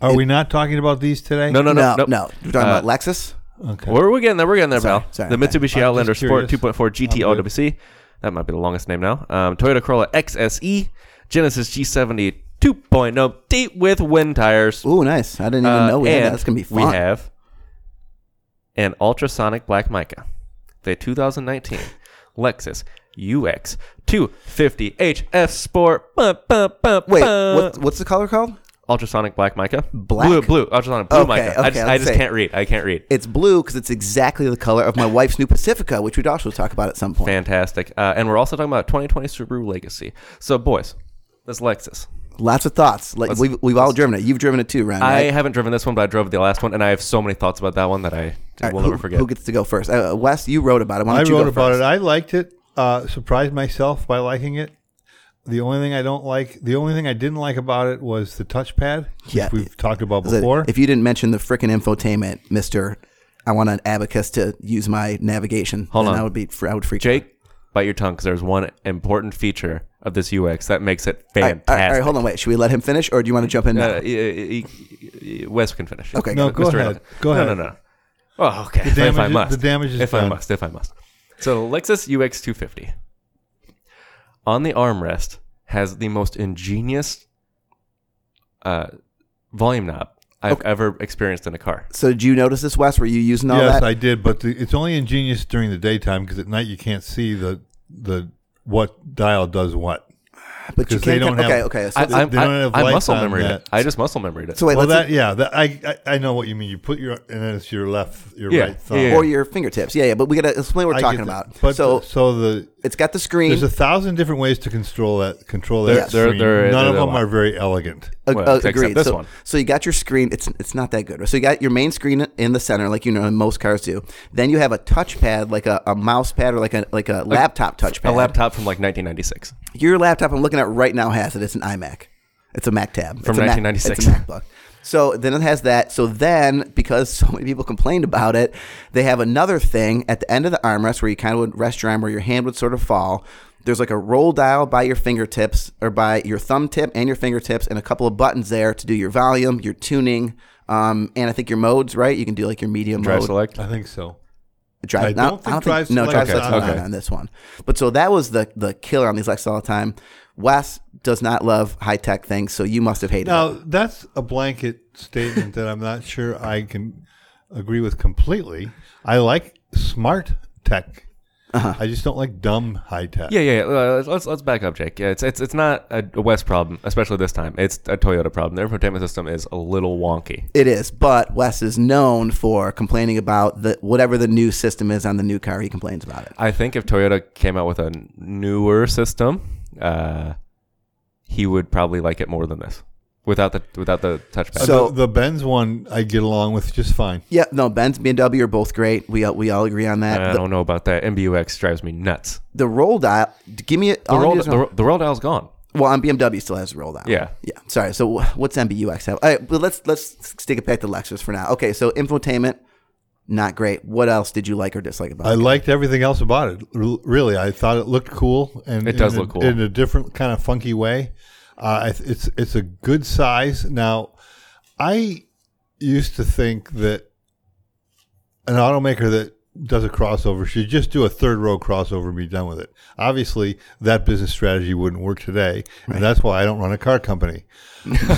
E: Are we not talking about these today?
A: no, no, no, no.
C: We're talking
A: Uh,
C: about Lexus.
E: Okay.
A: Where are we getting there? We're getting there,
C: Sorry,
A: pal.
C: sorry,
A: the
C: okay.
A: Mitsubishi
E: I'm just
A: Outlander Sport
E: curious.
A: 2.4 GT
E: I'm good.
A: OWC. That might be the longest name now. Um, Toyota Corolla XSE, Genesis G70 2.0 D oh, with wind tires.
C: Ooh, nice. I didn't even
A: Uh,
C: know we had that.
A: and
C: That's gonna be fun.
A: We have an ultrasonic black mica, the 2019 Lexus UX 250 HF Sport. Bum, bum, bum,
C: Wait,
A: bum.
C: what, what's the color called?
A: ultrasonic black mica?
C: Black?
A: blue, blue ultrasonic blue
C: Okay,
A: mica. I
C: okay,
A: just, I
C: let's
A: just
C: see.
A: can't read. I can't read.
C: It's blue because it's exactly the color of my wife's new Pacifica, which we'd also talk about at some point.
A: Fantastic. Uh, and we're also talking about 2020 Subaru Legacy. So, boys, this Lexus.
C: Lots of thoughts. Like, we've, we've all driven it. You've driven it too, Ryan.
A: I
C: right?
A: haven't driven this one, but I drove the last one, and I have so many thoughts about that one that I
C: All right,
A: will
C: who,
A: never forget.
C: Who gets to go first? Uh, Wes, you wrote about it. Why
E: I
C: don't you
E: wrote
C: go
E: about
C: first?
E: it. I liked it. Uh, surprised myself by liking it. The only thing I don't like, the only thing I didn't like about it was the touchpad, which
C: Yeah.
E: we've talked about
C: Is it-
E: before.
C: if you didn't mention the frickin' infotainment, Mister, I want an abacus to use my navigation.
A: Hold
C: then
A: on.
C: I would be. fr- I would freak. out.
A: Jake, bite your tongue because there's one important feature of this UX that makes it
C: All right,
A: fantastic.
C: all right, all right, hold on. Wait, should we let him finish, or do you want to jump in?
A: Uh,
C: now?
A: e- e- e- Wes can finish.
C: Okay,
E: No, go
A: Mr.
E: ahead.
A: Reynolds.
E: Go
A: no,
E: ahead.
A: No, no, Oh, okay. if,
E: damage
A: I
E: is-
A: must.
E: the damage is
A: If I
E: done.
A: must. If I must. So Lexus UX 250 on the armrest has the most ingenious uh, volume knob I've ever experienced in a car.
C: So did you notice this, Wes? Were you using all
E: yes,
C: that?
E: I did, but the, it's only ingenious during the daytime because at night you can't see the the what dial does what.
C: but you
E: because they
C: can't.
E: don't have-
C: okay, okay. So,
A: I,
E: they-
A: I,
E: they don't have
A: I, I
E: lights
A: muscle
E: on
A: memoried
E: that.
A: it. I just muscle memoried it.
C: so wait,
E: well,
C: let's
E: that yeah, that, I, I I know what you mean. You put your and then it's your left, your
A: Yeah,
E: right thumb.
A: yeah, yeah.
C: or your fingertips. Yeah, yeah. But we gotta explain what
E: I
C: we're
E: get
C: talking
E: that.
C: about.
E: But
C: so
E: the- so the
C: it's got the screen.
E: There's a thousand different ways to control that. Control that.
C: Yes.
A: There-
E: screen.
A: there-
E: None
A: there's
E: of
A: a
E: them
A: lot.
E: are very elegant.
C: Ag-
A: Well,
C: uh,
A: except
C: agreed.
A: this
C: so,
A: one.
C: so you got your screen. It's it's not that good. So you got your main screen in the center, like you know most cars do. Then you have a touchpad, like a, a mouse pad or like a like a laptop touchpad.
A: A laptop from like 1996.
C: Your laptop I'm looking at right now has it. It's an iMac. It's a Mac tab.
A: From
C: it's a Mac-
A: 1996.
C: it's a MacBook. So then it has that. So then, because [laughs] so many people complained about it, they have another thing at the end of the armrest where you kind of would rest your arm where your hand would sort of fall. There's like a roll dial by your fingertips or by your thumb tip and your fingertips, and a couple of buttons there to do your volume, your tuning, um, and I think your modes. Right? You can do like your medium
A: Drive
C: mode.
A: select.
E: I think so.
C: Drive,
E: I
C: no,
E: don't think drive
C: no, drive
E: select's
C: select's
E: not
C: not
A: on.
C: on this one. But so that was the the killer on these Lexus all the time. Wes does not love high tech things, so you must have hated
E: Now,
C: it.
E: that's a blanket statement that I'm not sure I can agree with completely. I like smart tech. I just don't like dumb high tech.
A: Yeah, yeah. yeah. Uh, Let's let's back up, Jake. Yeah, it's it's it's not a a West problem, especially this time. It's a Toyota problem. Their infotainment system is a little wonky.
C: It is, but Wes is known for complaining about the whatever the new system is on the new car. He complains about it.
A: I think if Toyota came out with a newer system, uh, he would probably like it more than this. Without the without the touchpad.
E: Uh,
C: So-
E: the, the Benz one I get along with just fine.
C: Yeah, no, Benz, BMW are both great. We all- we all agree on that.
A: I
C: the,
A: don't know about that. MBUX drives me nuts.
C: the roll dial, give me it.
A: The roll, the, ro- the roll dial's gone.
C: well, on BMW still has a roll dial.
A: Yeah.
C: Yeah. Sorry. So wh- what's MBUX have? All right, but let's let's stick it back to Lexus for now. Okay. So infotainment, not great. What else did you like or dislike about
E: I
C: it?
E: liked everything else about it. r- Really, I thought it looked cool, and
A: It does
E: in a-
A: look cool.
E: in a different kind of funky way. Uh, I th- it's it's a good size. Now, I used to think that an automaker that does a crossover should just do a third row crossover and be done with it. Obviously, that business strategy wouldn't work today, and that's why I don't run a
C: [laughs]
E: car company.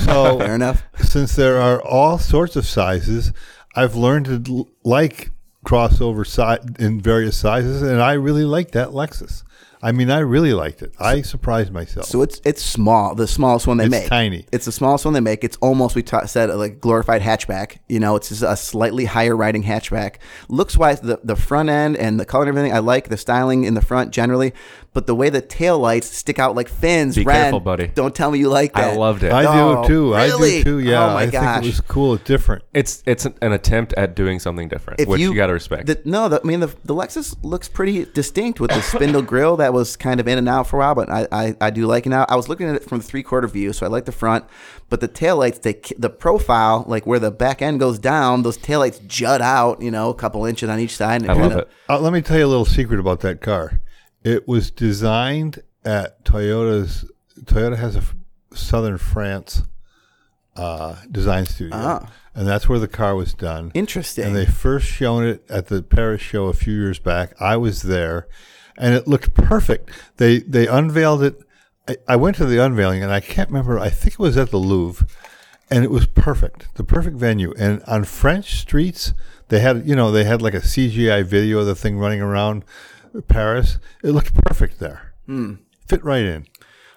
E: So
C: Fair enough.
E: since there are all sorts of sizes, I've learned to l- like crossover si- in various sizes, and I really like that Lexus. I mean, I really liked it. I surprised myself.
C: So it's it's small, the smallest one they
E: It's
C: make.
E: tiny.
C: It's the smallest one they make. It's almost we ta said uh, like glorified hatchback. You know, it's just a slightly higher riding hatchback. Looks wise, the the front end and the color and everything I like. The styling in the front generally, but the way the tail lights stick out like fins.
A: Be
C: Ren,
A: careful, buddy.
C: Don't tell me you like
A: I
C: that.
A: loved it.
E: I
C: Oh,
E: do too. I
C: really?
E: do too. Yeah,
C: Oh my
E: I
C: gosh.
E: think it was cool. It's different.
A: it's it's an, an attempt at doing something different, which you, got to respect.
C: the- no, the, I mean the, the Lexus looks pretty distinct with the spindle grill that was kind of in and out for a while, but I, I, I do like it now. I was looking at it from the three quarter view, so I like the front, but the taillights, they ki- the profile, like where the back end goes down, those taillights jut out, you know, a couple inches on each side. And
A: I love
C: kinda-
A: it.
E: Uh, let me tell you a little secret about that car. It was designed at Toyota's. Toyota has a f- Southern France uh, design studio,
C: Ah.
E: and that's where the car was done.
C: Interesting.
E: And they first shown it at the Paris show a few years back. I was there, and it looked perfect. They they unveiled it. I, I went to the unveiling, and I can't remember. I think it was at the Louvre, and it was perfect, the perfect venue. And on French streets, they had you know they had like a CGI video of the thing running around Paris. It looked perfect there. Fit right in.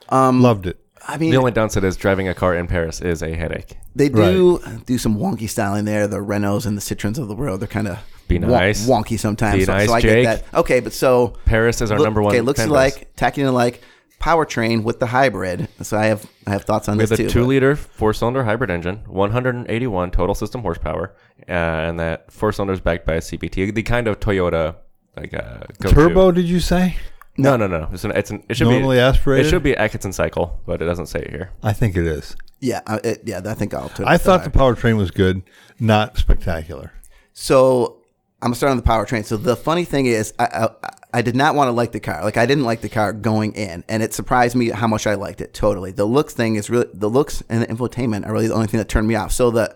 E: Um, Loved it.
C: I mean,
A: the only downside is driving a car in Paris is a headache.
C: they do do some wonky styling there. The Renaults and the Citroens of the world, they're kind of
A: Be nice.
C: wonky sometimes.
A: Be
C: so,
A: nice,
C: so I
A: Jake.
C: get that. Okay, but so
A: Paris is our
C: Look-
A: number one.
C: Okay, looks
A: fan base.
C: like tacking in like powertrain with the hybrid. So I have I have thoughts on
A: We have
C: this
A: the
C: too. but-
A: two-liter four-cylinder hybrid engine, 181 total system horsepower, uh, and that four-cylinder is backed by a CVT, the kind of Toyota like uh, go-to.
E: Turbo? Did you say?
A: No, no, no. It's an, it's an, it should
E: Normally
A: be
E: aspirated?
A: It should be Atkinson cycle, but it doesn't say it here.
E: I think it is.
C: yeah, I, it, yeah. I think I'll.
E: I thought the powertrain was good, not spectacular.
C: so. I'm starting on the powertrain. So the funny thing is, I, I I did not want to like the car. Like I didn't like the car going in, and it surprised me how much I liked it. Totally. The looks thing is really the looks and the infotainment are really the only thing that turned me off. So the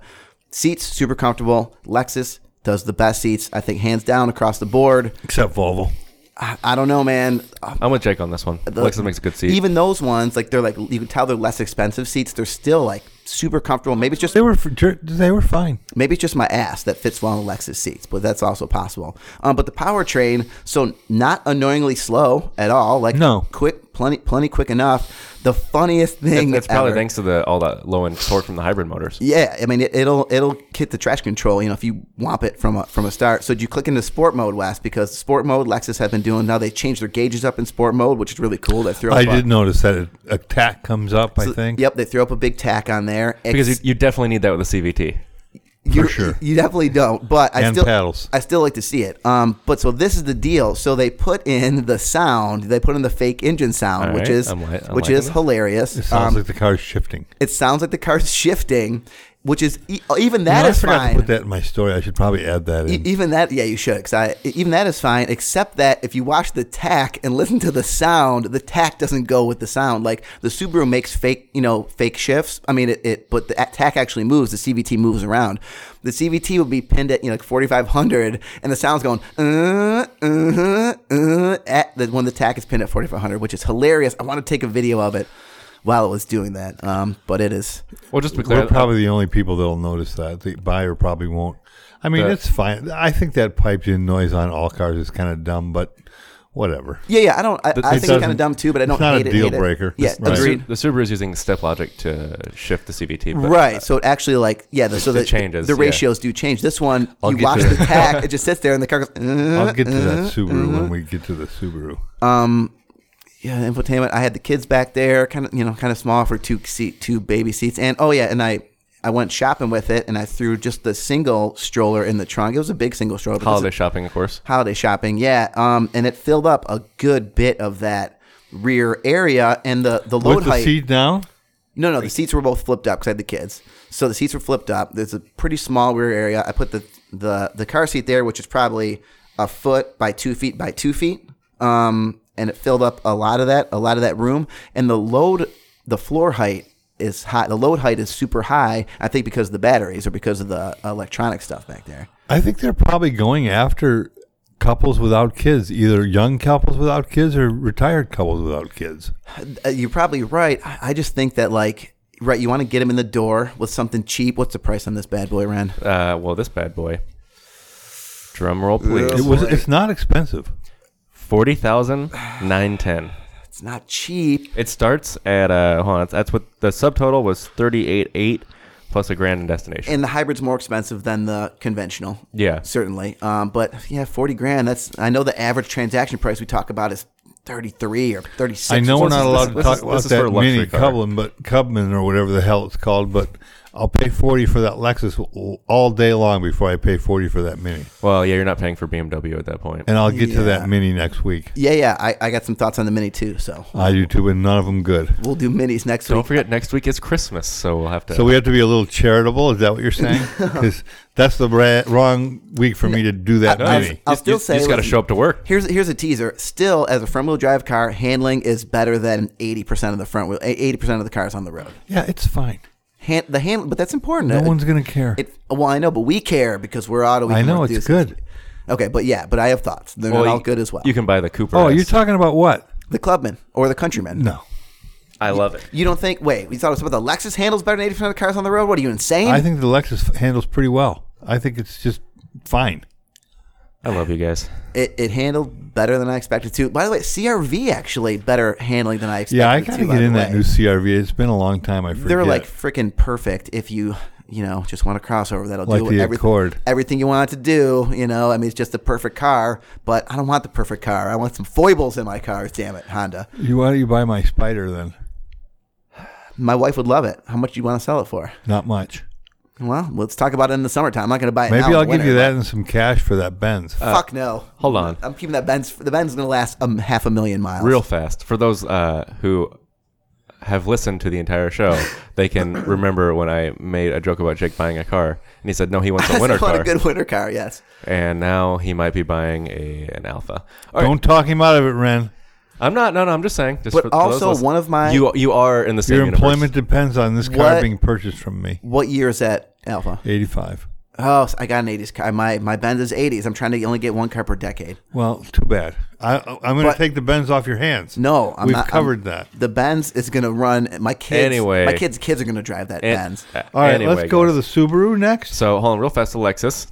C: seats super comfortable. Lexus does the best seats, I think, hands down across the board.
E: Except Volvo.
C: I, I don't know, man.
A: I'm with Jake on this one.
C: Um, the-
A: Lexus makes a good seat.
C: Even those ones, like they're like you can tell they're less expensive seats. They're still like super comfortable. Maybe it's just
E: They were they were fine.
C: maybe it's just my ass that fits well in Lexus seats, but that's also possible. Um, but the powertrain, so not annoyingly slow at all. Like
E: No.
C: quick, plenty, plenty quick enough. The funniest
A: It-
C: thing
A: it's probably
C: ever-
A: thanks to the all that low end torque from the hybrid motors.
C: Yeah, I mean it, it'll it'll hit the trash control. You know, if you whomp it from a, from a start. So do you click into sport mode, Wes? Because sport mode, Lexus have been doing now. They changed their gauges up in sport mode, which is really cool. They throw
E: I
C: up a-
E: did notice that a, a tack comes up. I think.
C: Yep, they throw up a big tack on there
A: Because you, you definitely need that with a CVT.
C: you
E: sure.
C: You definitely don't, but I
E: And
C: still
E: paddles.
C: I still like to see it. Um, but so this is the deal. So they put in the sound. They put in the fake engine sound,
A: All
C: which
A: right,
C: is
A: I'm li- I'm
C: which
A: liking
C: is
A: this.
C: hilarious.
E: It sounds
C: Um,
E: like the car's shifting.
C: it sounds like the car's [laughs] shifting. which is e- even
E: You know,
C: that
E: I
C: is
E: forgot
C: fine.
E: to put that in my story. I should probably add that
C: E-
E: in.
C: even that, yeah, you should. 'cause I, e, even that is fine, except that if you watch the tack and [laughs] listen to the sound, the tack doesn't go with the sound. Like the Subaru makes fake, you know, fake shifts. I mean, it, it but the tack actually moves. The CVT moves around. The CVT will be pinned at you know like 4500, and the sound's going uh, uh, uh, at the, when the tack is pinned at 4500, which is hilarious. I want to take a video of it while it was doing that, um, but it is
A: Well, just to be
E: We're
A: clear,
E: probably the only people that'll notice that. The buyer probably won't. I mean,
A: The-
E: it's fine. I think that piped in noise on all cars is kind of dumb, but whatever.
C: yeah, yeah. I don't. I, I
E: it
C: think it's kind
E: doesn't-
C: of dumb too, but I
E: it's
C: don't
E: not a
C: hate it.
E: deal
C: hate it.
E: breaker.
C: Yeah,
E: It's not.
C: agreed.
A: the Subaru is using step logic to shift the CVT. But,
C: Right. So it actually like yeah. The, so
A: It
C: the
A: changes,
C: the
A: yeah.
C: ratios do change. This one
A: I'll
C: you
A: get
C: watch
A: to
C: the tack, it just sits there and the car goes. "Uh,
E: I'll get to
C: uh."
E: that Subaru when we get to the Subaru.
C: Um, yeah, infotainment. I had the kids back there, kind of you know, kind of small for two seat, two baby seats, and oh yeah, and I. I went shopping with it, and I threw just the single stroller in the trunk. It was a big single stroller. but this
A: Holiday
C: is-
A: shopping, of course.
C: holiday shopping, yeah. Um, and it filled up a good bit of that rear area, and the the load
E: With the
C: height.
E: seat down,
C: No, no, the seats were both flipped up because I had the kids. So the seats were flipped up. There's a pretty small rear area. I put the the the car seat there, which is probably a foot by two feet by two feet. Um, and it filled up a lot of that, a lot of that room. And the load, the floor height is high. The load height is super high. I think because of the batteries or because of the electronic stuff back there.
E: I think they're probably going after couples without kids, either young couples without kids or retired couples without kids.
C: Uh, You're probably right. I I just think that like. Right, you want to get them in the door with something cheap. What's the price on this bad boy, Ren?
A: Uh, well, this bad boy. Drum roll, please.
E: It was. It's not expensive.
A: Forty thousand nine ten.
C: It's not cheap.
A: It starts at uh, hold on. That's what the subtotal was thirty eight eight plus a grand in destination.
C: and the hybrid's more expensive than the conventional.
A: Yeah.
C: certainly. Um, but yeah, forty grand. That's I know the average transaction price we talk about is thirty three or thirty six.
E: I know we're not allowed to
A: this
E: talk
A: is-
E: about
A: this is for a
E: that
A: luxury
E: mini
A: car.
E: Cubman, but Cubman or whatever the hell it's called. But I'll pay forty for that Lexus w- all day long before I pay forty for that Mini,
A: Well, yeah, you're not paying for BMW at that point.
E: and I'll get to
C: Yeah.
E: that Mini next week.
C: Yeah, yeah. I, I got some thoughts on the mini too, so
E: I do too, and none of them good.
C: we'll do minis next
A: Don't
C: week.
A: forget, next week is Christmas, so we'll have to.
E: So we have to be a little charitable. Is that what you're
A: [laughs]
E: saying? Because that's the ra- wrong week for me to do that
C: I-
E: Mini.
C: I'll
A: You-
C: still
A: you,
C: say
A: you just got to
C: listen-
A: show up to work.
C: Here's here's a teaser. Still, as a front wheel drive car, handling is better than eighty percent of the front wheel, eh, eighty percent of the cars on the road.
E: yeah, it's fine.
C: Hand, the hand, but that's important.
E: No
C: It-
E: one's gonna care.
C: It, well, I know, but we care because we're auto. we
E: I
C: can
E: know,
C: work
E: it's
C: through this.
E: good.
C: Okay, but yeah, but I have thoughts. They're
A: Well,
C: not all
A: you-
C: good as well.
A: You can buy the Cooper.
E: oh, you're
A: S.
E: talking about what?
C: the clubman or the countryman.
E: No,
A: I love it.
C: You don't think? Wait, we thought it was about the Lexus handles better than eighty percent of the cars on the road. What are you insane?
E: I think the Lexus f- handles pretty well. I think it's just fine.
A: I love you guys.
C: it, it handled better than I expected to. By the way, CRV actually better handling than I expected.
E: Yeah, I
C: got
E: gotta get in that new CRV. It's been a long time. I forget.
C: They're like freaking perfect if you you know just want a crossover that'll
E: Like
C: do
E: the
C: everything
E: Accord.
C: everything you want it to do. You know, I mean it's just the perfect car. But I don't want the perfect car. I want some foibles in my cars. Damn it, Honda.
E: You why don't you buy my spider then?
C: My wife would love it. How much do you want to sell it for?
E: Not much.
C: Well, let's talk about it in the summertime. I'm not going to buy it.
E: Maybe
C: now in
E: I'll
C: the
E: give
C: winter,
E: you that uh, and some cash for that Benz.
C: but Fuck no.
A: Hold on.
C: I'm keeping that Benz. The Benz is going to last um, half a million miles. [laughs]
A: Real fast for those uh, who have listened to the entire
C: [laughs]
A: show, they can remember when I made a joke about Jake buying a car, and he said no, he wants
C: [laughs]
A: a winter
C: What
A: car,
C: a good winter car, yes.
A: and now he might be buying a an Alpha. All right.
E: Don't talk him out of it, Ren.
A: I'm not. No, no. I'm just saying. Just
C: But
A: for- for those
C: also
A: listening-
C: one of my-
A: you you are in the same
E: Your
A: universe.
E: employment depends on this car
C: What?
E: being purchased from me.
C: What year is that Alpha?
E: Eighty-five.
C: Oh, so I got an '80s car. My my Benz is '80s. I'm trying to only get one car per decade.
E: Well, too bad. I, I'm going to
C: But-
E: take the Benz off your hands.
C: No, I'm
E: we've
C: not- I'm-
E: covered that.
C: The Benz is gonna run. My kids,
A: Anyway.
C: my kids' kids are gonna drive that
A: And-
C: Benz.
A: uh,
E: All right,
A: anyway,
E: let's go to the Subaru next.
A: So hold on, real fast. Alexis,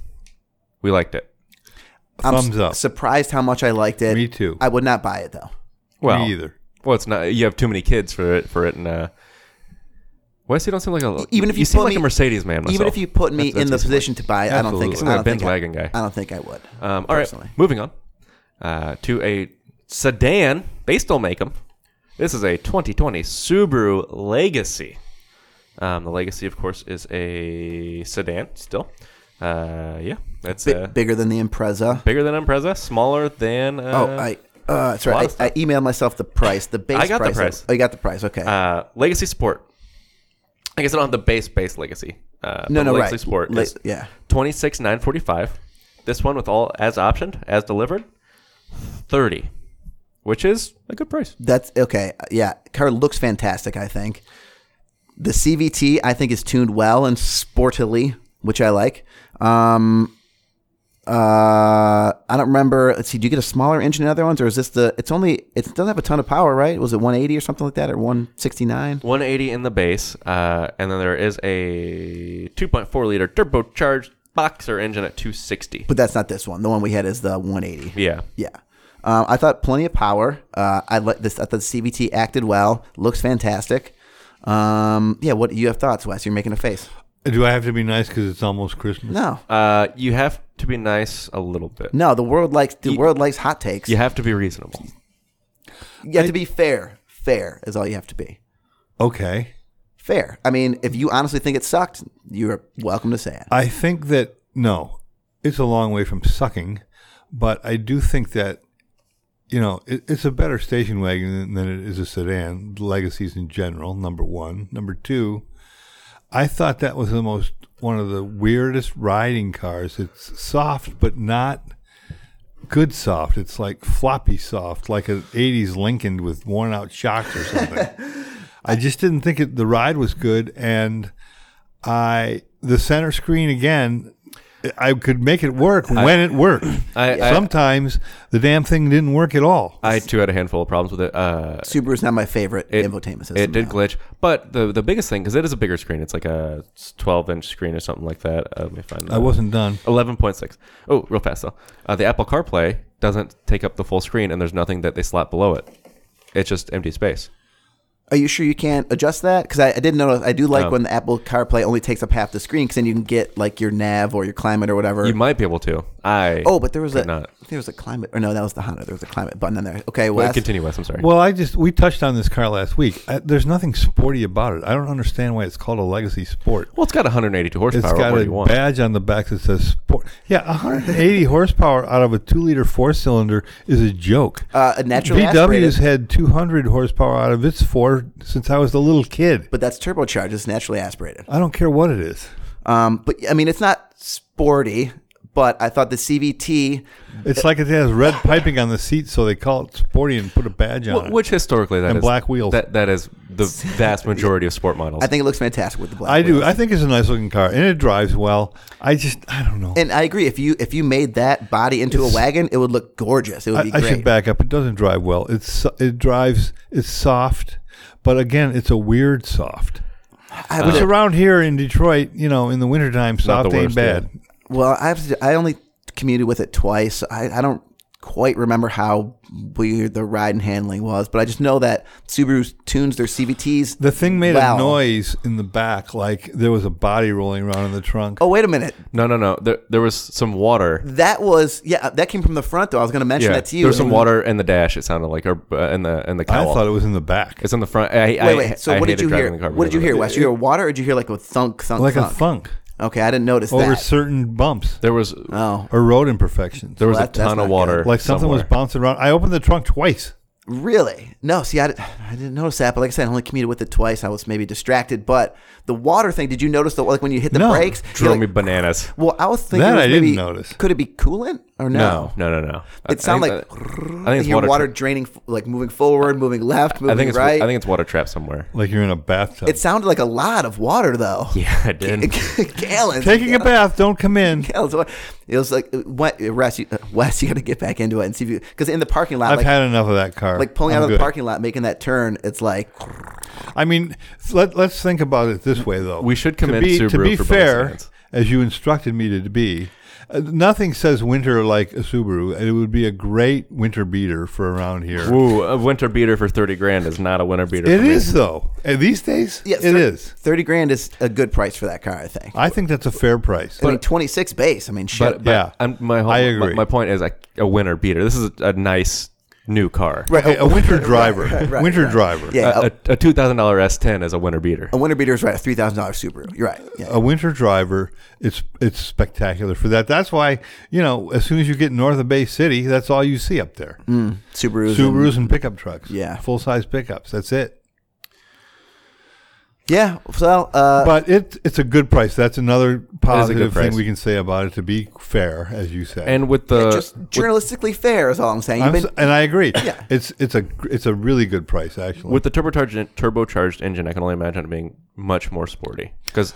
A: we liked it.
C: I'm
E: Thumbs
C: s-
E: up.
C: Surprised how much I liked it.
E: Me too.
C: I would not buy it though.
A: Well,
E: me either.
A: Well, it's not. You have too many kids for it. For it, and uh, Wes, you don't seem like a
C: Even if you,
A: you seem
C: put
A: like
C: me,
A: a Mercedes man. Myself.
C: even if you put
A: That's-
C: me
A: that's
C: in the
A: what you
C: position to buy, it, I don't think
E: Absolutely.
C: I don't
A: Benz
C: think I-
A: wagon guy.
C: I don't think I would.
A: Um, all right,
C: personally.
A: moving on uh, to a sedan. They still make them. This is a 2020 Subaru Legacy. Um, the Legacy, of course, is a sedan still. Uh, yeah, that's
C: Bi-
A: uh,
C: bigger than the Impreza.
A: bigger than Impreza, smaller than. Uh,
C: oh, I. Uh, that's right.
A: of
C: I, I emailed myself the price. The base.
A: I got the
C: price of-
A: price.
C: oh, you got the price. Okay.
A: uh, Legacy Sport. I guess I don't have the base base Legacy. Uh,
C: No,
A: but
C: no,
A: Laksley
C: right.
A: Sport
C: La-
A: is
C: yeah.
A: twenty six nine forty five. This one with all as optioned, as delivered, thirty, which is a good price.
C: That's okay. Yeah, car looks fantastic. I think the CVT I think is tuned well and sportily, which I like. Um, uh, I don't remember. Let's see. Do you get a smaller engine in other ones, or is this the? It's only. It doesn't have a ton of power, right? Was it 180 or something like that, or 169?
A: 180 in the base, uh, and then there is a 2.4 liter turbocharged boxer engine at 260.
C: But that's not this one. The one we had is the 180.
A: Yeah,
C: Yeah. Um, I thought plenty of power. Uh, I like this. I thought the CVT acted well. Looks fantastic. Um, yeah. What you have thoughts, Wes? You're making a face.
E: Do I have to be nice because it's almost Christmas?
C: No.
A: uh, you have to be nice a little bit.
C: No, the world likes the world likes hot takes.
A: You have to be reasonable.
C: You have to be fair. Fair is all you have to be.
E: Okay.
C: Fair. I mean, if you honestly think it sucked, you're welcome to say it.
E: I think that no, it's a long way from sucking, but I do think that you know it, it's a better station wagon than, than it is a sedan. Legacies in general, number one, number two. I thought that was the most one of the weirdest riding cars. It's soft, but not good soft. It's like floppy soft, like an '80s Lincoln with worn-out shocks or something. I just didn't think it, the ride was good, and I the center screen again. I could make it work when it worked.
A: I- I-
E: Sometimes the damn thing didn't work at all.
A: I too had a handful of problems with it. Uh,
C: Subaru's not my favorite
A: it
C: infotainment system.
A: it did
C: no.
A: glitch, but the the biggest thing because it is a bigger screen. It's like a 12 inch screen or something like that. Uh, let me find.
E: I
A: that.
E: wasn't done.
A: 11.6. Oh, real fast though. Uh, the Apple CarPlay doesn't take up the full screen, and there's nothing that they slot below it. It's just empty space.
C: Are you sure you can't adjust that? Because I, I did notice. I do
A: Oh.
C: like when the Apple CarPlay only takes up half the screen, because then you can get like your nav or your climate or whatever.
A: You might be able to. I
C: oh, but there was
A: could
C: a
A: not.
C: there was a climate or no, that was the Honda. There was a climate button on there. Okay,
A: Well,
C: Wes.
A: continue, Wes. I'm sorry.
E: Well, I just we touched on this car last week. I, there's nothing sporty about it. I don't understand why it's called a legacy sport.
A: Well, it's got 182 horsepower.
E: It's got
A: what do
E: a
A: you want?
E: badge on the back that says sport. Yeah, 180 horsepower out of a two-liter four-cylinder is a joke.
C: Uh, a naturally aspirated,
E: VW's had 200 horsepower out of its four since I was a little kid.
C: but that's turbocharged. It's naturally aspirated.
E: I don't care what it is.
C: Um, but I mean, it's not sporty. But I thought the CVT
E: It's like it has red piping on the seat, so they call it sporty and put a badge on
A: Wh-
E: it.
A: Which historically that
E: And
A: is-
E: black wheels.
A: That that is
C: [laughs]
A: the vast majority of sport models.
C: I think it looks fantastic with the black.
E: I do.
C: wheels.
E: I think it's a nice looking car, and it drives well. I just, I don't know.
C: and I agree. If you if you made that body into a wagon, it would look gorgeous. It would
E: I,
C: be
E: I
C: great.
E: should back up. It doesn't drive well. It's so- it drives. It's soft, but again, it's a weird soft.
C: I
E: Which
C: would-
E: around here in Detroit, you know, in the wintertime,
A: Not the
E: soft ain't
A: worst,
E: bad.
C: well, I have to, I only commuted with it twice. I, I don't quite remember how weird the ride and handling was, but I just know that Subaru tunes their CVTs.
E: The thing made
C: well.
E: a noise in the back, like there was a body rolling around in the trunk.
C: Oh wait a minute,
A: no, no, no. There, there was some water.
C: that was yeah, uh, that came from the front though. I was going to mention
A: Yeah,
C: that to you.
A: there was some water in the dash. It sounded like, or uh, in the in the
E: I
A: cowl.
E: thought it was in the back,
A: it's in the front. I, I,
C: Wait, wait. So
A: I
C: what did
A: hated
C: you
A: driving
C: hear?
A: the car
C: What did you
A: because of
C: hear,
A: it.
C: Wes? You hear water, or did you hear like a thunk, thunk,
E: like a
C: thunk?
E: thunk
C: Okay, I didn't notice
E: over
C: that.
E: certain bumps
A: There was
C: oh,
E: or road imperfections.
A: there was
C: Well,
A: a
C: that- that's
A: ton
C: not
A: of water.
E: like something was
A: somewhere.
E: bouncing around. I opened the trunk twice.
C: Really? No. See, I, di- I didn't notice that. But like I said, I only commuted with it twice. I was maybe distracted. But the water thing. Did you notice that? Like when you hit the
E: No.
C: brakes, you're
A: drove
C: like-
A: me bananas.
C: Well, I was thinking
E: That
C: it was
E: I didn't
C: maybe-
E: notice.
C: Could it be coolant or no?
A: No, no, no, no. I- I
C: It sounded
A: think
C: like
A: that-
C: I
A: I think it's
C: water,
A: water.
C: draining, f- like moving forward, moving left, moving
A: I think it's
C: right.
A: I think it's water trapped somewhere. [laughs]
E: Like you're in a bathtub.
C: it sounded like a lot of water though.
A: Yeah, I
C: [laughs]
A: did.
C: gallons. [laughs]
E: Taking a bath, don't come in.
C: Gallons of water. It was like uh, what- uh, Wes, you, [laughs] uh, Wes, you got to get back into it and see if you because in the parking lot,
E: I've
C: like,
E: had enough of that car.
C: like pulling
E: I'm
C: out of the
E: good.
C: parking lot, making that turn, it's like
E: I mean, let, let's think about it this way, though.
A: We should
E: to
A: commend
E: be, to
A: Subaru
E: be
A: for bonus
E: fair,
A: segments.
E: as you instructed me to be. Uh, nothing says winter like a Subaru, and it would be a great winter beater for around here.
A: Ooh, a winter beater for thirty grand is not a winter beater.
E: It
A: for me.
E: is though. And these days,
C: Yeah,
E: it is. Uh,
C: Thirty grand is a good price for that car, I think.
E: I think that's a fair price.
C: I mean, twenty six base. I mean, shit.
A: But, but
E: Yeah.
A: I'm, my whole,
E: I agree.
A: My, my point is a, a winter beater. This is a, a nice new car.
C: right,
E: Hey, a winter driver,
C: right,
E: winter
C: right.
E: driver,
A: a,
C: yeah, a,
A: a- a two thousand dollar S10 is a winter beater.
C: a winter beater is right. A three thousand dollars Subaru. You're right. Yeah.
E: a winter driver. It's it's spectacular for that. That's why you know as soon as you get north of Bay City, that's all you see up there:
C: Mm. Subarus. and-
E: Subarus and pickup trucks.
C: Yeah.
E: full size pickups. That's it.
C: Yeah. So, uh,
E: but it it's a good price. That's another positive
A: price.
E: thing we can say about it. To be fair, as you say,
A: And with the
C: just journalistically fair is all I'm saying. You've
E: uh, I'm
C: been,
E: s- and I agree.
C: Yeah.
E: it's it's a gr- it's a really good price actually.
A: with the turbocharged turbocharged engine, I can only imagine it being much more sporty because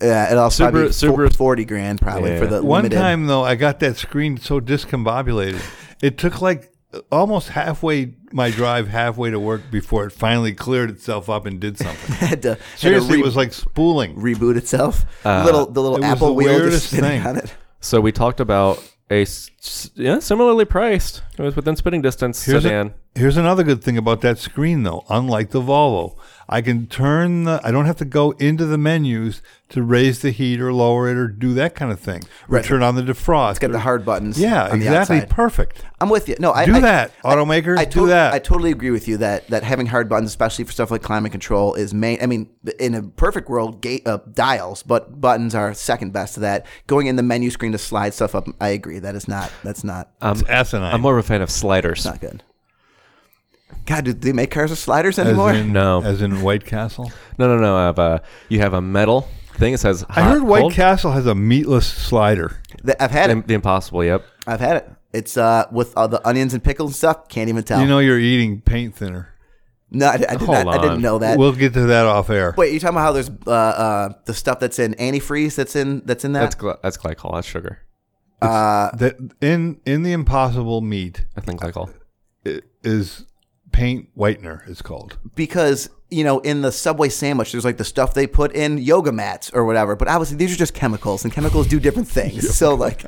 C: yeah, uh, it'll
A: Subaru-
C: probably be four-
A: Subaru's-
C: forty grand probably
A: Yeah.
C: for the
E: One
C: limited. [laughs]
E: time though, I got that screen so discombobulated. It took like almost halfway my drive halfway to work before it finally cleared itself up and did
C: [laughs]
E: something.
C: had to, had to
E: Seriously,
C: re-
E: it was like spooling.
C: reboot itself.
A: Uh,
C: little the little
E: it was
C: Apple
E: the
C: wheel just
E: weirdest
C: spinning
E: thing.
C: on it.
A: so we talked about a s- s- yeah, similarly priced. It was within spitting distance
E: Here's, a-
A: sedan.
E: here's another good thing about that screen, though. Unlike the Volvo, I can turn the. I don't have to go into the menus to raise the heat or lower it or do that kind of thing. Or
C: Right.
E: turn on the defrost.
C: It's got the hard buttons.
E: Yeah,
C: on the
E: exactly.
C: outside.
E: Perfect.
C: I'm with you. No, I
E: Do
C: I-
E: that,
C: I-
E: automakers,
C: I
E: do
C: tot-
E: that.
C: I totally agree with you that that having hard buttons, especially for stuff like climate control, is main. I mean, in a perfect world, gate uh, dials, but buttons are second best to that. Going in the menu screen to slide stuff up, I agree. That is not. That's not.
E: it's asinine.
A: Um, I'm more of a fan of sliders.
C: not good. God, do they make cars with sliders anymore?
E: As in,
A: No.
E: as in
A: [laughs]
E: White Castle.
A: No, no, no. I have a, you have a metal thing. It says
E: I
A: hot,
E: heard White
A: cold.
E: Castle has a meatless slider.
C: Th- I've had
A: The,
C: it.
A: the impossible. Yep.
C: I've had it. It's uh with all the onions and pickles and stuff. Can't even tell.
E: You know, you're eating paint thinner.
C: no, I, I did
A: Hold
C: not. I didn't
A: on.
C: know that.
E: we'll get to that off air.
C: Wait, you talking about how there's uh, uh, the stuff that's in antifreeze that's in that's in that?
A: That's gly- that's glycol. That's sugar.
E: That in in the Impossible meat
A: I think glycol.
E: i- is paint whitener. It's called.
C: because you know in the subway sandwich there's like the stuff they put in yoga mats or whatever but obviously these are just chemicals and chemicals do
A: [laughs]
C: different things so like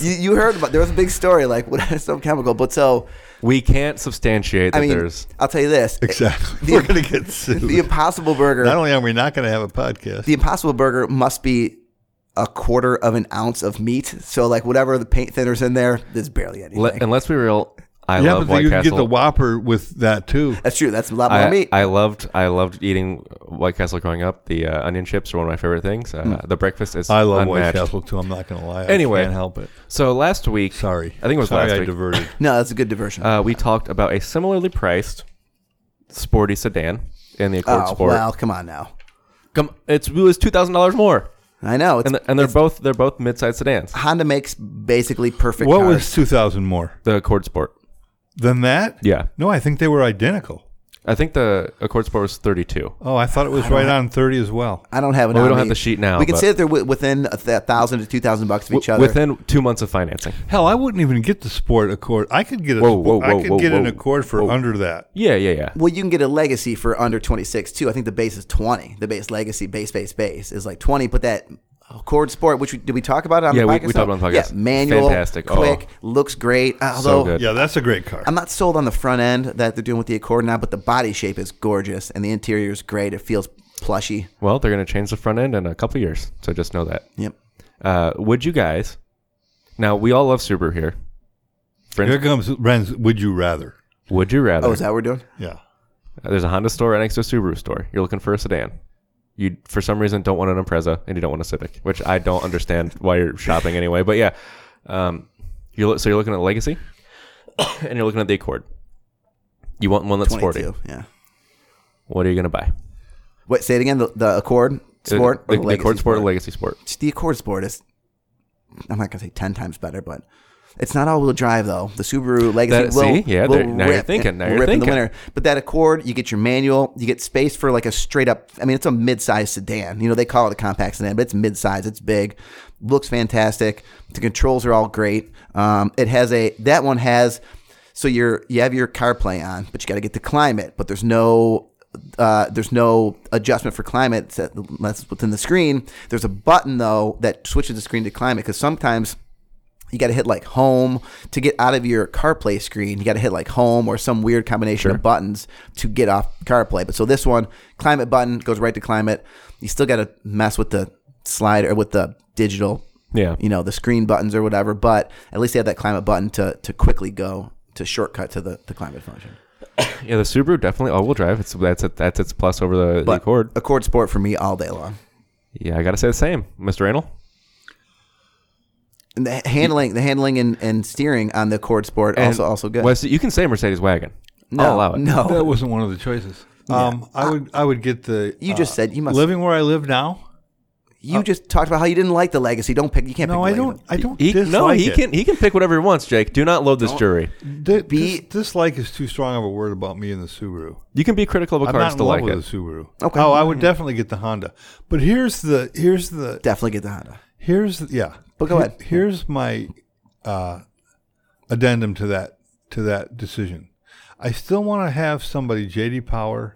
C: you, you heard about there was a big story like what some chemical but so
A: We can't substantiate that
C: i mean
A: there's.
C: i'll tell you this [laughs]
E: Exactly.
C: The-
E: We're gonna get sued.
C: the impossible burger
E: Not only are we not going to have a podcast,
C: the impossible burger must be a quarter of an ounce of meat so like whatever the paint thinner's in there there's barely anything
A: le- unless we real, I
E: yeah,
A: love
E: but
A: White
E: you can
A: Castle.
E: get the Whopper with that too.
C: that's true that's a lot more
A: I,
C: meat
A: I loved I loved eating White Castle growing up. The uh, onion chips are one of my favorite things.
C: Hmm.
A: Uh, The breakfast is
E: I love White
A: unmatched.
E: Castle too. I'm not going to lie. I
A: Anyway.
E: can't help it.
A: So last week,
E: Sorry.
A: I think it was
E: Sorry
A: last
E: I
A: week. [laughs]
E: diverted.
C: no that's a good diversion
A: uh, we talked about a similarly priced sporty sedan in the Accord
C: oh
A: Sport.
C: well come on now
A: Come, it's it was two thousand dollars more,
C: i know it's
A: and the, and they're both they're both midsize sedans.
C: Honda makes basically perfect
E: what
C: cars.
E: was two thousand more
A: The Accord Sport,
E: than that?
A: yeah,
E: No, I think they were identical.
A: I think the Accord Sport was thirty two.
E: Oh, I thought it was right on thirty as well.
C: I don't have an.
A: Well, we don't
C: on
A: have
C: me.
A: the sheet now,
C: We can
A: but-
C: say that they're wi- within a th- thousand to two thousand bucks of each other.
A: Within two months of financing.
E: Hell, I wouldn't even get the Sport Accord. I could get a
A: Whoa,
E: Sport-
A: whoa, whoa,
E: I could
A: whoa,
E: get an
A: whoa,
E: Accord for
A: whoa.
E: under that.
A: Yeah, yeah, yeah.
C: well, you can get a legacy for under twenty six too. I think the base is twenty. The base legacy base base base is like twenty. But that Accord Sport, which we, did we talk about on
A: Yeah,
C: the
A: we-
C: podcast?
A: we talked about it on the podcast.
C: Yeah, manual,
A: Fantastic. Oh.
C: quick, looks great. Uh, Although
A: so good.
E: Yeah, that's a great car.
C: I'm not sold on the front end that they're doing with the Accord now, but the body shape is gorgeous and the interior is great. It feels plushy.
A: Well, they're going to change the front end in a couple of years, so just know that.
C: Yep.
A: Uh, would you guys? Now we all love Subaru here.
E: Here comes Ren's Would You Rather.
A: Would you rather?
C: Oh, is that what we're doing?
E: Yeah.
A: Uh, There's a Honda store right next to a Subaru store. You're looking for a sedan. You, for some reason, don't want an Impreza and you don't want a Civic, which I don't understand why you're shopping anyway. But yeah, um, you look, so you're looking at Legacy, [coughs] and you're looking at the Accord. You want one that's
C: Twenty
A: sporty.
C: two. Yeah.
A: What are you going to buy?
C: Wait, say it again. The, the Accord
A: The-
C: Sport.
A: the,
C: or
A: Uh, the
C: Legacy
A: Accord Sport, or Legacy Sport.
C: the Accord Sport is, I'm not gonna say ten times better, but it's not all-wheel drive though. The Subaru Legacy
A: That-
C: will,
A: see? Yeah,
C: will
A: there- now you're
C: rip-
A: thinking, now
C: will
A: you're
C: rip in the
A: thinking.
C: winter. But that Accord, you get your manual, you get space for like a straight up. I mean, it's a mid-size sedan. You know, they call it a compact sedan, but it's mid-size. It's big, looks fantastic. The controls are all great. Um, it has a that one has. So you're you have your CarPlay on, but you got to get the climate. But there's no uh, there's no adjustment for climate set- unless it's within the screen. There's a button though that switches the screen to climate because sometimes you got to hit like home to get out of your CarPlay screen. You got to hit like home or some weird combination of buttons to get off CarPlay. But so this one, climate button goes right to climate. You still got to mess with the slide or with the digital,
A: Yeah.
C: you know, the screen buttons or whatever. But at least they have that climate button to to quickly go to shortcut to the, the climate function.
A: Yeah, the Subaru definitely all-wheel drive. It's that's it, that's its plus over the, the
C: But
A: Accord.
C: Accord Sport for me all day long.
A: Yeah, I gotta say the same, Mr. Anal.
C: And the handling, the handling and, and steering on the Accord Sport also also good.
A: Wes, you can say Mercedes wagon.
C: no,
A: I'll allow it.
C: No,
E: That wasn't one of the choices. Um, I would I would get the uh,
C: You just said you must.
E: living where I live now.
C: you just talked about how you didn't like the legacy. Don't pick. You can't.
E: uh, No,
C: pick
E: I
C: Legacy.
E: don't. I don't.
A: He,
E: dislike
A: no, he
E: it.
A: can he can pick whatever he wants, Jake. Do not load this jury.
E: Di-
C: Be-
E: dis- dislike is too strong of a word about me and the Subaru.
A: You can be critical of a
E: I'm
A: car and
E: not in
A: still
E: love
A: like
E: with
A: it.
E: the Subaru.
C: Okay. Mm-hmm.
E: Oh, I would definitely get the Honda. But here's the here's the
C: Definitely get the Honda.
E: here's the, yeah.
C: But go
E: Here-
C: ahead.
E: Here's my uh, addendum to that to that decision. I still want to have somebody JD Power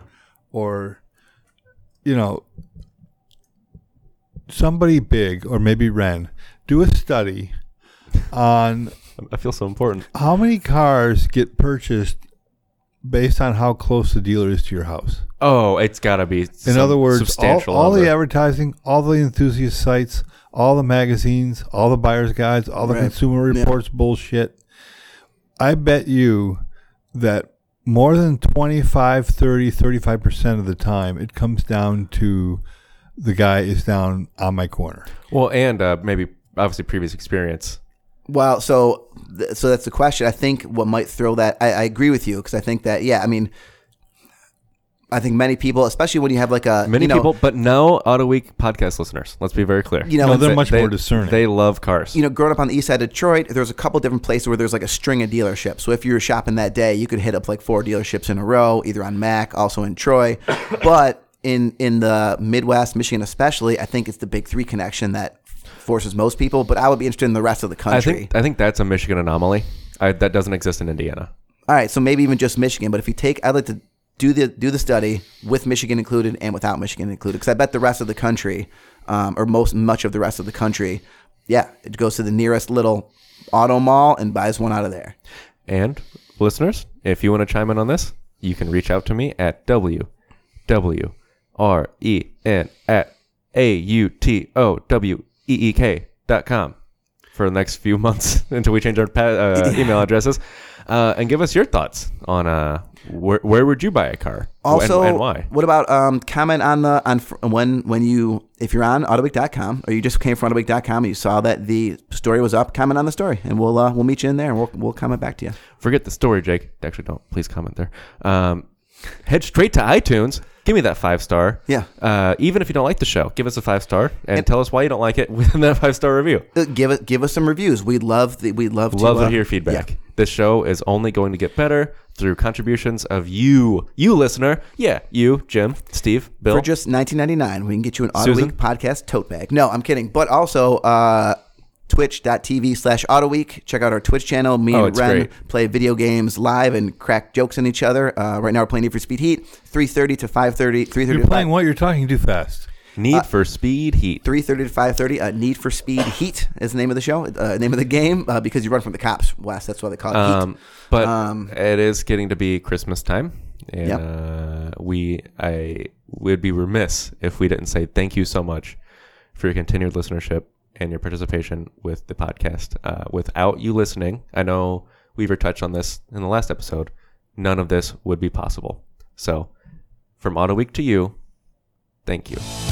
E: or you know somebody big or maybe Ren do a study on
A: I feel so important.
E: how many cars get purchased based on how close the dealer is to your house?
A: Oh, it's got to be.
E: In other words, all,
A: substantial.
E: all the
A: number.
E: advertising, all the enthusiast sites, all the magazines, all the buyer's guides, all the
C: Right.
E: consumer
C: Yeah.
E: reports bullshit. I bet you that more than 25, 30, 35% of the time it comes down to the guy is down on my corner.
A: well, and uh, maybe obviously previous experience.
C: Well, so th- so that's the question. I think what might throw that. I, I agree with you because I think that yeah. I mean, I think many people, especially when you have like a
A: Many
C: you know,
A: people, but no Auto Week podcast listeners. Let's be very clear.
C: You know,
E: No,
C: it's
E: they're
A: They-
E: much
A: they-
E: more discerning.
A: They love cars.
C: you know, growing up on the east side of Detroit, there's a couple different places where there's like a string of dealerships. So if you were shopping that day, you could hit up like four dealerships in a row, either on Mac, also in Troy. [coughs] but in in the Midwest, Michigan especially, I think it's the big three connection that forces most people. But I would be interested in the rest of the
A: I
C: country.
A: think I think that's a Michigan anomaly. I, that doesn't exist in Indiana.
C: All right, so maybe even just Michigan. But if you take, I'd like to do the do the study with Michigan included and without Michigan included, because I bet the rest of the country, um, or most much of the rest of the country, yeah, it goes to the nearest little auto mall and buys one out of there.
A: And listeners, if you want to chime in on this, you can reach out to me at w w r e n at a u t o w e e k dot com for the next few [laughs] months until we change our pa- uh, email addresses, uh, and give us your thoughts on uh, where where would you buy a car Oh, and-
C: Also,
A: and, why.
C: what about um, comment on the on fr- when when you if you're on autobic.com or you just came from autobic.com and you saw that the story was up, comment on the story and we'll uh, we'll meet you in there and we'll we'll comment back to you.
A: Forget the story, Jake. Actually, don't please comment there. Um, head straight to iTunes. Give me that five star.
C: Yeah.
A: Uh, even if you don't like the show, give us a five star and, tell us why you don't like it [laughs] within that five star review.
C: Uh, Give it give us some reviews. We'd love the we'd love to
A: Love
C: uh,
A: to hear feedback. This show is only going to get better through contributions of you, you listener. Yeah, you, Jim, Steve, Bill.
C: For just 19.99, we can get you an Auto
A: Susan?
C: Week podcast tote bag. No, I'm kidding. But also, uh, twitch.tv slash Auto Week. Check out our Twitch channel. Me
A: Oh,
C: and
A: it's
C: Ren
A: great.
C: play video games live and crack jokes on each other. Uh, right now, we're playing Need for Speed Heat, 3.30 to 5.30, 3.30
E: You're
C: to
E: playing what you're talking too fast.
A: Need for Speed Heat.
C: 3.30 to 5.30 uh, need for speed heat is the name of the show uh, name of the game uh, because you run from the cops west that's why they call it
A: Um,
C: uh, heat
A: but
C: Um,
A: it is getting to be Christmas time, and
C: Yep.
A: uh, we I would be remiss if we didn't say thank you so much for your continued listenership and your participation with the podcast. Uh, without you listening, I know Weaver touched on this in the last episode. None of this would be possible. So, from Auto Week to you, thank you.